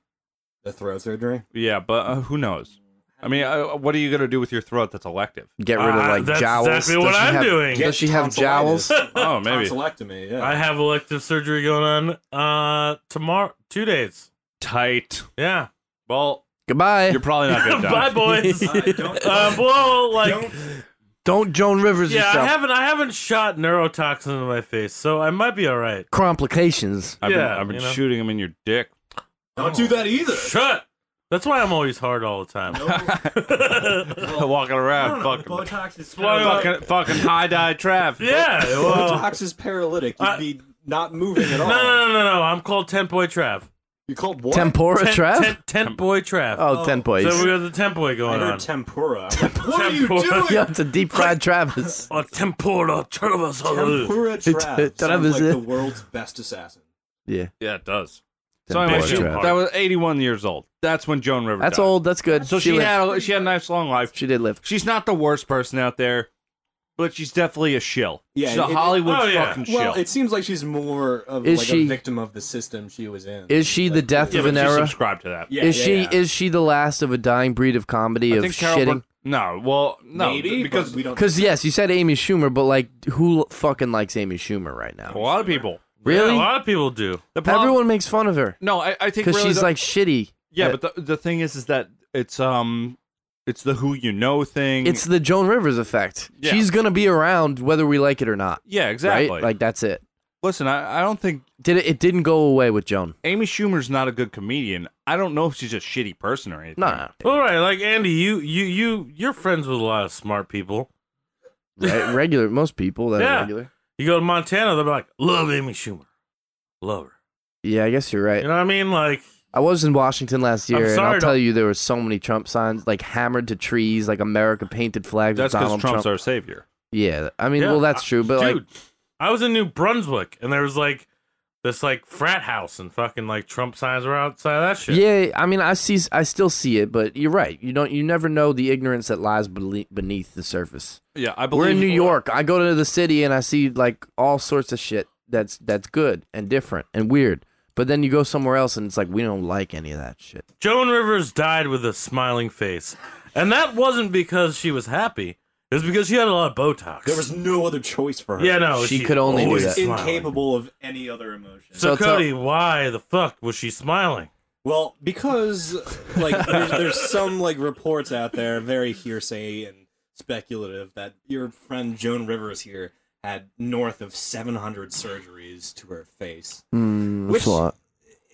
[SPEAKER 9] The throat surgery.
[SPEAKER 1] Yeah, but uh, who knows? I mean, uh, what are you going to do with your throat that's elective?
[SPEAKER 2] get rid of
[SPEAKER 8] Uh,
[SPEAKER 2] like
[SPEAKER 8] that's
[SPEAKER 2] jowls.
[SPEAKER 8] exactly what
[SPEAKER 2] Does she
[SPEAKER 8] I'm
[SPEAKER 2] have-
[SPEAKER 8] doing.
[SPEAKER 2] Does she have jowls?
[SPEAKER 9] [LAUGHS]
[SPEAKER 1] Oh, maybe.
[SPEAKER 9] Tonsillectomy. Yeah.
[SPEAKER 8] I have elective surgery going on uh tomorrow two days.
[SPEAKER 1] Tight.
[SPEAKER 8] Yeah.
[SPEAKER 1] Well,
[SPEAKER 2] Goodbye.
[SPEAKER 1] you're probably not
[SPEAKER 8] [LAUGHS]
[SPEAKER 1] going to
[SPEAKER 8] Bye boys.
[SPEAKER 9] I don't-
[SPEAKER 8] uh, well like
[SPEAKER 9] Don't-
[SPEAKER 2] Don't Joan Rivers
[SPEAKER 8] Yeah, I
[SPEAKER 2] yourself.
[SPEAKER 8] haven't I haven't shot neurotoxin in my face, so I might be alright.
[SPEAKER 2] Complications.
[SPEAKER 1] I've been,
[SPEAKER 8] Yeah,
[SPEAKER 1] I've been
[SPEAKER 8] you know.
[SPEAKER 1] shooting him in your dick. [LAUGHS]
[SPEAKER 9] don't do that either.
[SPEAKER 8] Shut. That's why I'm always hard all the time.
[SPEAKER 1] Walking around, fucking,
[SPEAKER 9] Botox is
[SPEAKER 8] why I'm-
[SPEAKER 1] fucking, fucking high dye Trav.
[SPEAKER 8] [LAUGHS] yeah. Well,
[SPEAKER 9] Botox is paralytic. You'd
[SPEAKER 8] I-
[SPEAKER 9] be not moving at
[SPEAKER 8] no,
[SPEAKER 9] all.
[SPEAKER 8] no, no, no, no. I'm called Tent Boy Trav.
[SPEAKER 9] You called what?
[SPEAKER 2] Tempora
[SPEAKER 8] Tent,
[SPEAKER 2] trap.
[SPEAKER 8] Tent, tent Boy Trav.
[SPEAKER 2] oh, ten boys. [LAUGHS]
[SPEAKER 8] so we got the Tent Boy
[SPEAKER 9] I
[SPEAKER 8] going on.
[SPEAKER 9] heard [LAUGHS] tempura. I'm like, what
[SPEAKER 8] Tempura.
[SPEAKER 9] are you doing?
[SPEAKER 2] yeah, it's a deep fried Travis.
[SPEAKER 8] oh, Tempora Travis.
[SPEAKER 9] Tempura Trav
[SPEAKER 2] Trav
[SPEAKER 9] sounds
[SPEAKER 2] is
[SPEAKER 9] like
[SPEAKER 2] it.
[SPEAKER 9] the world's best assassin.
[SPEAKER 2] Yeah.
[SPEAKER 1] [LAUGHS] Yeah, it does.
[SPEAKER 2] Ten
[SPEAKER 1] So anyway,
[SPEAKER 2] boys
[SPEAKER 1] she-
[SPEAKER 2] trap.
[SPEAKER 1] that was 81 years old. That's when Joan Rivers.
[SPEAKER 2] That's
[SPEAKER 1] died.
[SPEAKER 2] old. That's good.
[SPEAKER 1] So she,
[SPEAKER 2] lived-
[SPEAKER 1] had a, she had a nice long life.
[SPEAKER 2] She did live.
[SPEAKER 1] She's not the worst person out there, but she's definitely a shill.
[SPEAKER 9] Yeah,
[SPEAKER 1] she's a
[SPEAKER 9] it- it-
[SPEAKER 1] Hollywood
[SPEAKER 8] oh, yeah.
[SPEAKER 1] fucking
[SPEAKER 9] Well,
[SPEAKER 1] shill.
[SPEAKER 9] it seems like she's more of
[SPEAKER 2] Is
[SPEAKER 9] like
[SPEAKER 2] she-
[SPEAKER 9] a victim of the system she was in.
[SPEAKER 2] Is she the death
[SPEAKER 1] yeah,
[SPEAKER 2] of
[SPEAKER 1] but
[SPEAKER 2] an
[SPEAKER 1] she
[SPEAKER 2] era?
[SPEAKER 1] subscribed to that.
[SPEAKER 9] yeah,
[SPEAKER 2] is
[SPEAKER 9] yeah,
[SPEAKER 2] she
[SPEAKER 9] yeah.
[SPEAKER 2] is she the last of a dying breed of comedy
[SPEAKER 1] I
[SPEAKER 2] of
[SPEAKER 1] think Carol.
[SPEAKER 2] shitting?
[SPEAKER 1] Bur- no, well, no,
[SPEAKER 9] Maybe
[SPEAKER 1] because
[SPEAKER 9] but we don't.
[SPEAKER 2] Because yes, you said Amy Schumer, but like who fucking likes Amy Schumer right
[SPEAKER 1] a
[SPEAKER 2] now?
[SPEAKER 1] lot of people.
[SPEAKER 2] Really?
[SPEAKER 8] a lot of people do.
[SPEAKER 1] The problem,
[SPEAKER 2] Everyone makes fun of her
[SPEAKER 1] No, I, I think
[SPEAKER 2] because
[SPEAKER 1] really
[SPEAKER 2] she's
[SPEAKER 1] the-
[SPEAKER 2] like shitty.
[SPEAKER 1] Yeah,
[SPEAKER 2] Uh,
[SPEAKER 1] but the, the thing is, is that it's um, it's the who you know thing.
[SPEAKER 2] it's the Joan Rivers effect.
[SPEAKER 1] Mm. Yeah.
[SPEAKER 2] She's gonna be around whether we like it or not.
[SPEAKER 1] yeah, exactly.
[SPEAKER 2] Right? Like that's it.
[SPEAKER 1] listen, I, I don't think
[SPEAKER 2] Did it? It didn't go away with Joan.
[SPEAKER 1] Amy Schumer's not a good comedian. I don't know if she's a shitty person or anything.
[SPEAKER 2] Nah.
[SPEAKER 8] All right, like Andy, you, you, you, you're friends with a lot of smart people.
[SPEAKER 2] Right? regular. Most people that
[SPEAKER 8] Yeah.
[SPEAKER 2] are regular.
[SPEAKER 8] You go to Montana, they'll be like, "Love Amy Schumer, love her."
[SPEAKER 2] Yeah, I guess you're right.
[SPEAKER 8] You know what I mean? Like,
[SPEAKER 2] I was in Washington last
[SPEAKER 8] I'm
[SPEAKER 2] year, and
[SPEAKER 8] sorry
[SPEAKER 2] I'll
[SPEAKER 8] to-
[SPEAKER 2] tell you, there were so many Trump signs, like hammered to trees, like America painted flags.
[SPEAKER 1] That's
[SPEAKER 2] with
[SPEAKER 1] because
[SPEAKER 2] Donald
[SPEAKER 1] Trump's
[SPEAKER 2] Trump.
[SPEAKER 1] our savior.
[SPEAKER 2] Yeah, I mean,
[SPEAKER 8] Yeah,
[SPEAKER 2] well, that's
[SPEAKER 8] I-
[SPEAKER 2] true, but like,
[SPEAKER 8] dude, I was in New Brunswick and there was like this like frat house and fucking like Trump signs were outside of that shit.
[SPEAKER 2] yeah, I mean, I see, I still see it, but you're right. You don't, you never know the ignorance that lies bele- beneath the surface.
[SPEAKER 1] Yeah, I believe
[SPEAKER 2] We're in New York. I go to the city and I see like all sorts of shit that's that's good and different and weird. But then you go somewhere else and it's like we don't like any of that shit.
[SPEAKER 8] Joan Rivers died with a smiling face, and that wasn't because she was happy. It was because she had a lot of Botox.
[SPEAKER 9] There was no other choice for her.
[SPEAKER 8] yeah, no,
[SPEAKER 2] She could only do
[SPEAKER 8] always
[SPEAKER 2] that.
[SPEAKER 9] She's
[SPEAKER 8] smiling.
[SPEAKER 9] incapable of any other emotion.
[SPEAKER 2] So
[SPEAKER 8] So,
[SPEAKER 2] tell-
[SPEAKER 8] Cody, why the fuck was she smiling?
[SPEAKER 9] Well, because like there's, there's some like reports out there, very hearsay and speculative, that your friend Joan Rivers here had north of 700 surgeries to her face.
[SPEAKER 2] Mm,
[SPEAKER 9] Which-
[SPEAKER 2] that's a lot.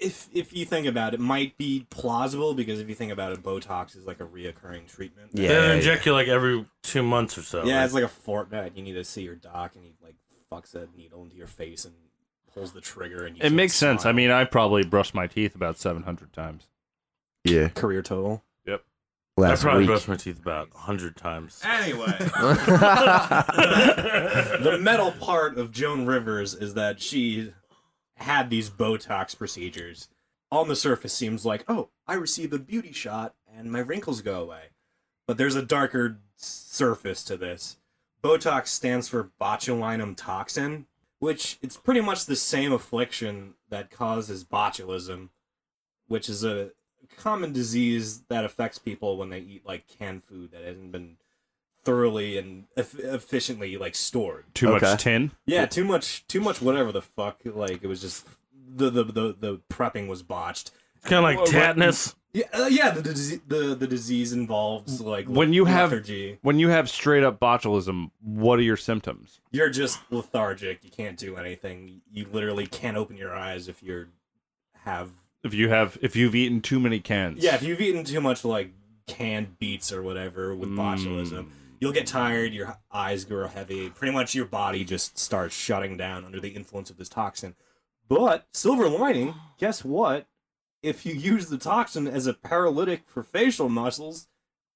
[SPEAKER 9] If if you think about it, might be plausible because if you think about it, Botox is like a reoccurring treatment.
[SPEAKER 2] Yeah,
[SPEAKER 8] they inject you like every two months or so.
[SPEAKER 9] Yeah,
[SPEAKER 8] right?
[SPEAKER 9] it's like a fortnight. You need to see your doc, and he like fucks a needle into your face and pulls the trigger, and you
[SPEAKER 1] It
[SPEAKER 9] can't
[SPEAKER 1] makes sense. I
[SPEAKER 9] smile.
[SPEAKER 1] mean, I probably brushed my teeth about 700 times.
[SPEAKER 2] Yeah,
[SPEAKER 9] career total.
[SPEAKER 8] I
[SPEAKER 2] last
[SPEAKER 8] probably
[SPEAKER 2] week.
[SPEAKER 8] brushed my teeth about a hundred times. [LAUGHS]
[SPEAKER 9] Anyway,
[SPEAKER 1] [LAUGHS]
[SPEAKER 2] [LAUGHS]
[SPEAKER 9] the metal part of Joan Rivers is that she had these Botox procedures. On the surface, seems like oh, I received a beauty shot and my wrinkles go away. But there's a darker s- surface to this. Botox stands for botulinum toxin, which it's pretty much the same affliction that causes botulism, which is a common disease that affects people when they eat like canned food that hasn't been thoroughly and eff- efficiently like stored.
[SPEAKER 1] Too
[SPEAKER 2] Okay.
[SPEAKER 1] much tin.
[SPEAKER 9] Yeah, too much, too much, whatever the fuck. Like it was just the the the, the prepping was botched.
[SPEAKER 8] It's kind of like tatnus.
[SPEAKER 9] Yeah, uh, yeah. The, dise- the the disease involves like
[SPEAKER 1] When you have-
[SPEAKER 9] lethargy.
[SPEAKER 1] When you have straight up botulism, what are your symptoms?
[SPEAKER 9] you're just lethargic. You can't do anything. You literally can't open your eyes if you're have
[SPEAKER 1] If you have, if you've eaten too many cans,
[SPEAKER 9] yeah. If you've eaten too much like canned beets or whatever with botulism, you'll get tired. Your eyes grow heavy. Pretty much your body just starts shutting down under the influence of this toxin. But silver lining, guess what? If you use the toxin as a paralytic for facial muscles,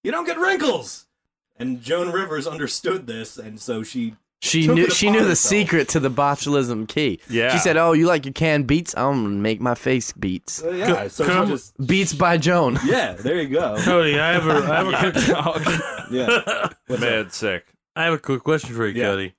[SPEAKER 9] you don't get wrinkles. And Joan Rivers understood this, and so she
[SPEAKER 2] She
[SPEAKER 9] took
[SPEAKER 2] knew
[SPEAKER 9] it
[SPEAKER 2] she
[SPEAKER 9] upon
[SPEAKER 2] knew the
[SPEAKER 9] herself.
[SPEAKER 2] secret to the botulism key.
[SPEAKER 1] Yeah.
[SPEAKER 2] She said, "Oh, you like your canned beets? I'm gonna make my face beets.
[SPEAKER 9] Uh, yeah,
[SPEAKER 8] Co-
[SPEAKER 9] [LAUGHS] so
[SPEAKER 8] come-
[SPEAKER 9] she just
[SPEAKER 2] Beets by
[SPEAKER 9] [LAUGHS]
[SPEAKER 2] Joan."
[SPEAKER 9] yeah, there you go. [LAUGHS]
[SPEAKER 8] Cody, I have a, I have a quick,
[SPEAKER 9] Yeah,
[SPEAKER 8] [LAUGHS]
[SPEAKER 9] What's
[SPEAKER 1] mad sick.
[SPEAKER 8] I have a quick question for you,
[SPEAKER 9] Yeah.
[SPEAKER 8] Cody.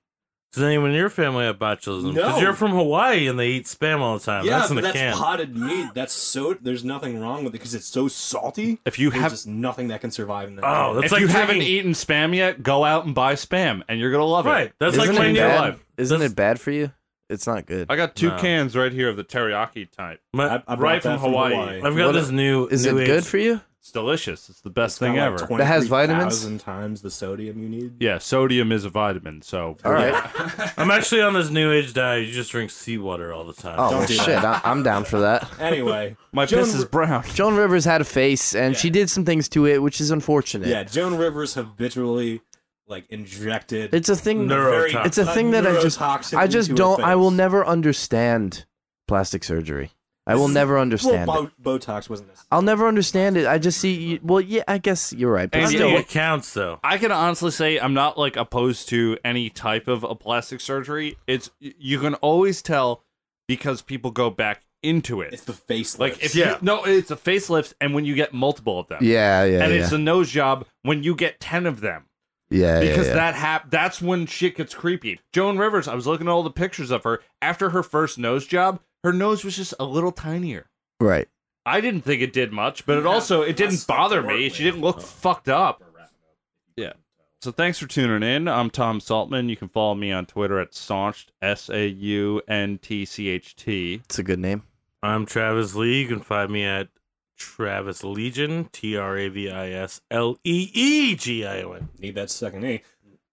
[SPEAKER 8] Does anyone in your family have botulism?
[SPEAKER 9] No.
[SPEAKER 8] you're from Hawaii and they eat spam all the time.
[SPEAKER 9] yeah,
[SPEAKER 8] that's in
[SPEAKER 9] but
[SPEAKER 8] the
[SPEAKER 9] that's
[SPEAKER 8] can.
[SPEAKER 9] potted meat. That's so. There's nothing wrong with it because it's so salty.
[SPEAKER 1] If you
[SPEAKER 9] There's
[SPEAKER 1] have,
[SPEAKER 9] just nothing that can survive in that.
[SPEAKER 8] Oh, that's
[SPEAKER 1] if
[SPEAKER 8] like
[SPEAKER 1] you
[SPEAKER 8] drinking-
[SPEAKER 1] haven't eaten spam yet, go out and buy spam, and you're gonna love
[SPEAKER 8] Right.
[SPEAKER 1] it.
[SPEAKER 8] That's
[SPEAKER 2] Isn't
[SPEAKER 8] like my
[SPEAKER 2] it
[SPEAKER 8] new
[SPEAKER 2] bad?
[SPEAKER 8] life.
[SPEAKER 2] Isn't
[SPEAKER 8] That's-
[SPEAKER 2] it bad for you? It's not good.
[SPEAKER 1] I got two
[SPEAKER 8] No.
[SPEAKER 1] cans right here of the teriyaki type.
[SPEAKER 8] My-
[SPEAKER 9] I, I brought
[SPEAKER 1] Right from
[SPEAKER 9] that
[SPEAKER 1] Hawaii.
[SPEAKER 8] I've got
[SPEAKER 2] What-
[SPEAKER 8] this new.
[SPEAKER 2] Is it
[SPEAKER 8] new
[SPEAKER 2] good
[SPEAKER 8] age-
[SPEAKER 2] for you?
[SPEAKER 1] It's delicious. It's the best thing ever.
[SPEAKER 9] Like
[SPEAKER 2] That has vitamins?
[SPEAKER 9] Thousand times the sodium you need.
[SPEAKER 1] yeah, sodium is a vitamin, so
[SPEAKER 2] All
[SPEAKER 8] [LAUGHS]
[SPEAKER 2] right.
[SPEAKER 8] I'm actually on this new age diet. You just drink seawater all the time.
[SPEAKER 2] Oh well,
[SPEAKER 9] do
[SPEAKER 2] shit, I, I'm down for
[SPEAKER 9] [LAUGHS]
[SPEAKER 2] that.
[SPEAKER 9] Anyway,
[SPEAKER 1] [LAUGHS] my
[SPEAKER 9] Joan
[SPEAKER 1] piss is
[SPEAKER 9] Ri-
[SPEAKER 1] brown. [LAUGHS]
[SPEAKER 2] Joan Rivers had a face, and
[SPEAKER 9] Yeah.
[SPEAKER 2] she did some things to it, which is unfortunate.
[SPEAKER 9] yeah. Joan Rivers habitually like injected.
[SPEAKER 2] It's a thing.
[SPEAKER 8] Neuro-
[SPEAKER 9] very-
[SPEAKER 8] neurotoxin.
[SPEAKER 2] It's a thing that I just.
[SPEAKER 9] neurotoxin
[SPEAKER 2] I just
[SPEAKER 9] into her
[SPEAKER 2] don't. I will
[SPEAKER 9] face.
[SPEAKER 2] never understand plastic surgery. I
[SPEAKER 9] This
[SPEAKER 2] will
[SPEAKER 9] is-
[SPEAKER 2] never understand it.
[SPEAKER 9] Well, Bo- Botox wasn't. Necessary.
[SPEAKER 2] I'll never understand it. I just see. Well, yeah, I guess you're right. But
[SPEAKER 1] And
[SPEAKER 8] I
[SPEAKER 2] still,
[SPEAKER 8] think it counts though.
[SPEAKER 1] I can honestly say I'm not like opposed to any type of a plastic surgery. It's y- you can always tell because people go back into it.
[SPEAKER 9] It's the face.
[SPEAKER 1] like if you no, it's a facelift, and when you get multiple of them,
[SPEAKER 2] yeah, yeah,
[SPEAKER 1] and
[SPEAKER 2] yeah,
[SPEAKER 1] it's a nose job when you get ten of them.
[SPEAKER 2] yeah, yeah,
[SPEAKER 1] because
[SPEAKER 2] yeah.
[SPEAKER 1] that hap- that's when shit gets creepy. Joan Rivers, I was looking at all the pictures of her after her first nose job. Her nose was just a little tinier.
[SPEAKER 2] right.
[SPEAKER 1] I didn't think it did much, but it also it didn't bother me. She didn't look fucked up. Yeah. So thanks for tuning in. I'm Tom Saltman. You can follow me on Twitter at Sauncht S A U N T C H T.
[SPEAKER 2] It's a good name.
[SPEAKER 8] I'm Travis Lee. You can find me at Travis Legion. T R A V I S L E E G I O N.
[SPEAKER 9] Need that second E.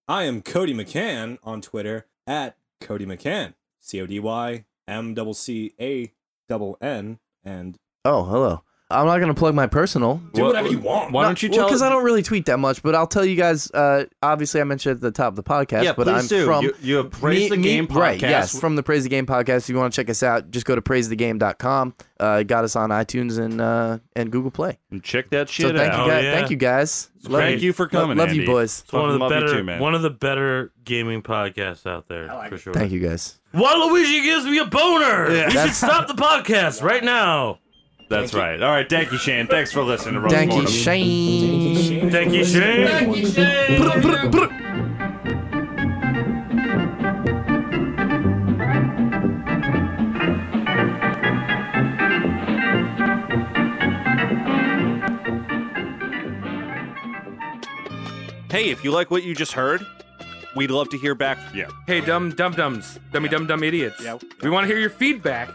[SPEAKER 9] I am Cody McCann on Twitter at Cody McCann. C O D Y M double C A double N and
[SPEAKER 2] Oh, hello. I'm not gonna plug my personal.
[SPEAKER 9] do
[SPEAKER 1] Wha-
[SPEAKER 9] whatever you want.
[SPEAKER 1] Why don't you tell?
[SPEAKER 2] Because I don't really tweet that much, but I'll tell you guys. Uh, obviously, I mentioned at the top of the podcast,
[SPEAKER 1] yeah,
[SPEAKER 2] but
[SPEAKER 1] please
[SPEAKER 2] I'm
[SPEAKER 1] do.
[SPEAKER 2] from
[SPEAKER 1] you, you have praised
[SPEAKER 2] Me-
[SPEAKER 1] the
[SPEAKER 2] me-
[SPEAKER 1] game podcast.
[SPEAKER 2] Right, yes, from the Praise the Game podcast. If you want to check us out, just go to praisethegame.com. Uh, it got us on iTunes and uh, and Google Play.
[SPEAKER 1] And check that
[SPEAKER 2] So
[SPEAKER 1] shit
[SPEAKER 2] thank
[SPEAKER 1] out.
[SPEAKER 2] you guys.
[SPEAKER 8] Oh, yeah.
[SPEAKER 2] Thank you guys. Love
[SPEAKER 1] Thank you for coming.
[SPEAKER 2] Love you
[SPEAKER 1] Andy.
[SPEAKER 2] boys.
[SPEAKER 8] It's one of the
[SPEAKER 1] Love you
[SPEAKER 8] better
[SPEAKER 1] too, man.
[SPEAKER 8] one of the better gaming podcasts out there for sure.
[SPEAKER 2] Thank you guys.
[SPEAKER 8] Waluigi gives me a boner.
[SPEAKER 1] Yeah.
[SPEAKER 8] we should
[SPEAKER 2] That's-
[SPEAKER 8] stop the podcast right now.
[SPEAKER 1] That's right. All right, thank you, Shane. Thanks for listening. to Rough
[SPEAKER 2] Thank you,
[SPEAKER 1] Mortem.
[SPEAKER 2] Shane.
[SPEAKER 8] Thank you, Shane.
[SPEAKER 1] Hey, if you like what you just heard, we'd love to hear back from you.
[SPEAKER 3] Hey, dumb dum dums, dummy dum dumb idiots. We want to hear your feedback,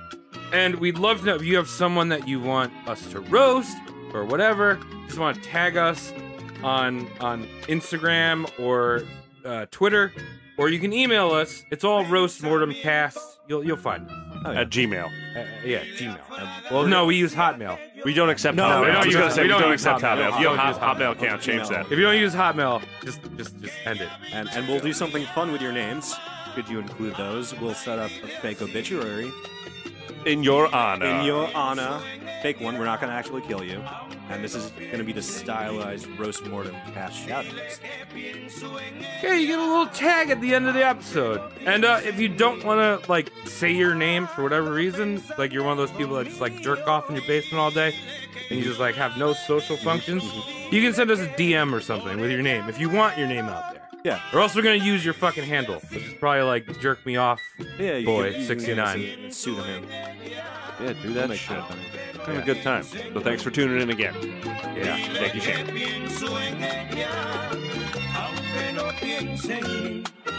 [SPEAKER 3] and we'd love to know if you have someone that you want us to roast or whatever. Just want to tag us on on Instagram or uh, Twitter Or you can email us. It's all roastmortemcast. You'll you'll find it.
[SPEAKER 1] At Gmail.
[SPEAKER 3] Uh, yeah, Gmail. well, no, we use Hotmail.
[SPEAKER 1] We don't accept
[SPEAKER 3] No,
[SPEAKER 1] Hotmail.
[SPEAKER 3] we don't
[SPEAKER 1] I was
[SPEAKER 3] use-
[SPEAKER 1] gonna say
[SPEAKER 3] we
[SPEAKER 1] we
[SPEAKER 3] don't
[SPEAKER 1] don't,
[SPEAKER 3] use
[SPEAKER 1] accept
[SPEAKER 3] Hotmail.
[SPEAKER 1] Hotmail. If you
[SPEAKER 3] We
[SPEAKER 1] have
[SPEAKER 3] don't use
[SPEAKER 1] Hotmail account, change that.
[SPEAKER 3] If you don't use Hotmail, just just just end it.
[SPEAKER 9] And, and we'll do something fun with your names. Could you include those? We'll set up a fake obituary
[SPEAKER 1] In your honor.
[SPEAKER 8] Uh.
[SPEAKER 9] in your honor. Fake one. We're not going to actually kill you. And this is going to be the stylized roast mortem cash shout
[SPEAKER 3] Yeah, you get a little tag at the end of the episode. And uh, if you don't want to like say your name for whatever reason, like you're one of those people that just like jerk off in your basement all day, and you just like have no social functions, you can send us a DM or something with your name if you want your name out there.
[SPEAKER 9] Yeah.
[SPEAKER 3] Or else we're gonna use your fucking handle, which is probably like jerk me off.
[SPEAKER 9] Yeah, you
[SPEAKER 3] Boy,
[SPEAKER 9] can- you can give us
[SPEAKER 3] 69.
[SPEAKER 9] a Pseudonym.
[SPEAKER 1] Yeah, do
[SPEAKER 9] We'll
[SPEAKER 1] that
[SPEAKER 9] make
[SPEAKER 1] shit.
[SPEAKER 9] sure of them.
[SPEAKER 1] Have a good time. So thanks for tuning in again.
[SPEAKER 3] Yeah.
[SPEAKER 1] Thank you, Shane.
[SPEAKER 5] Aunque no piensen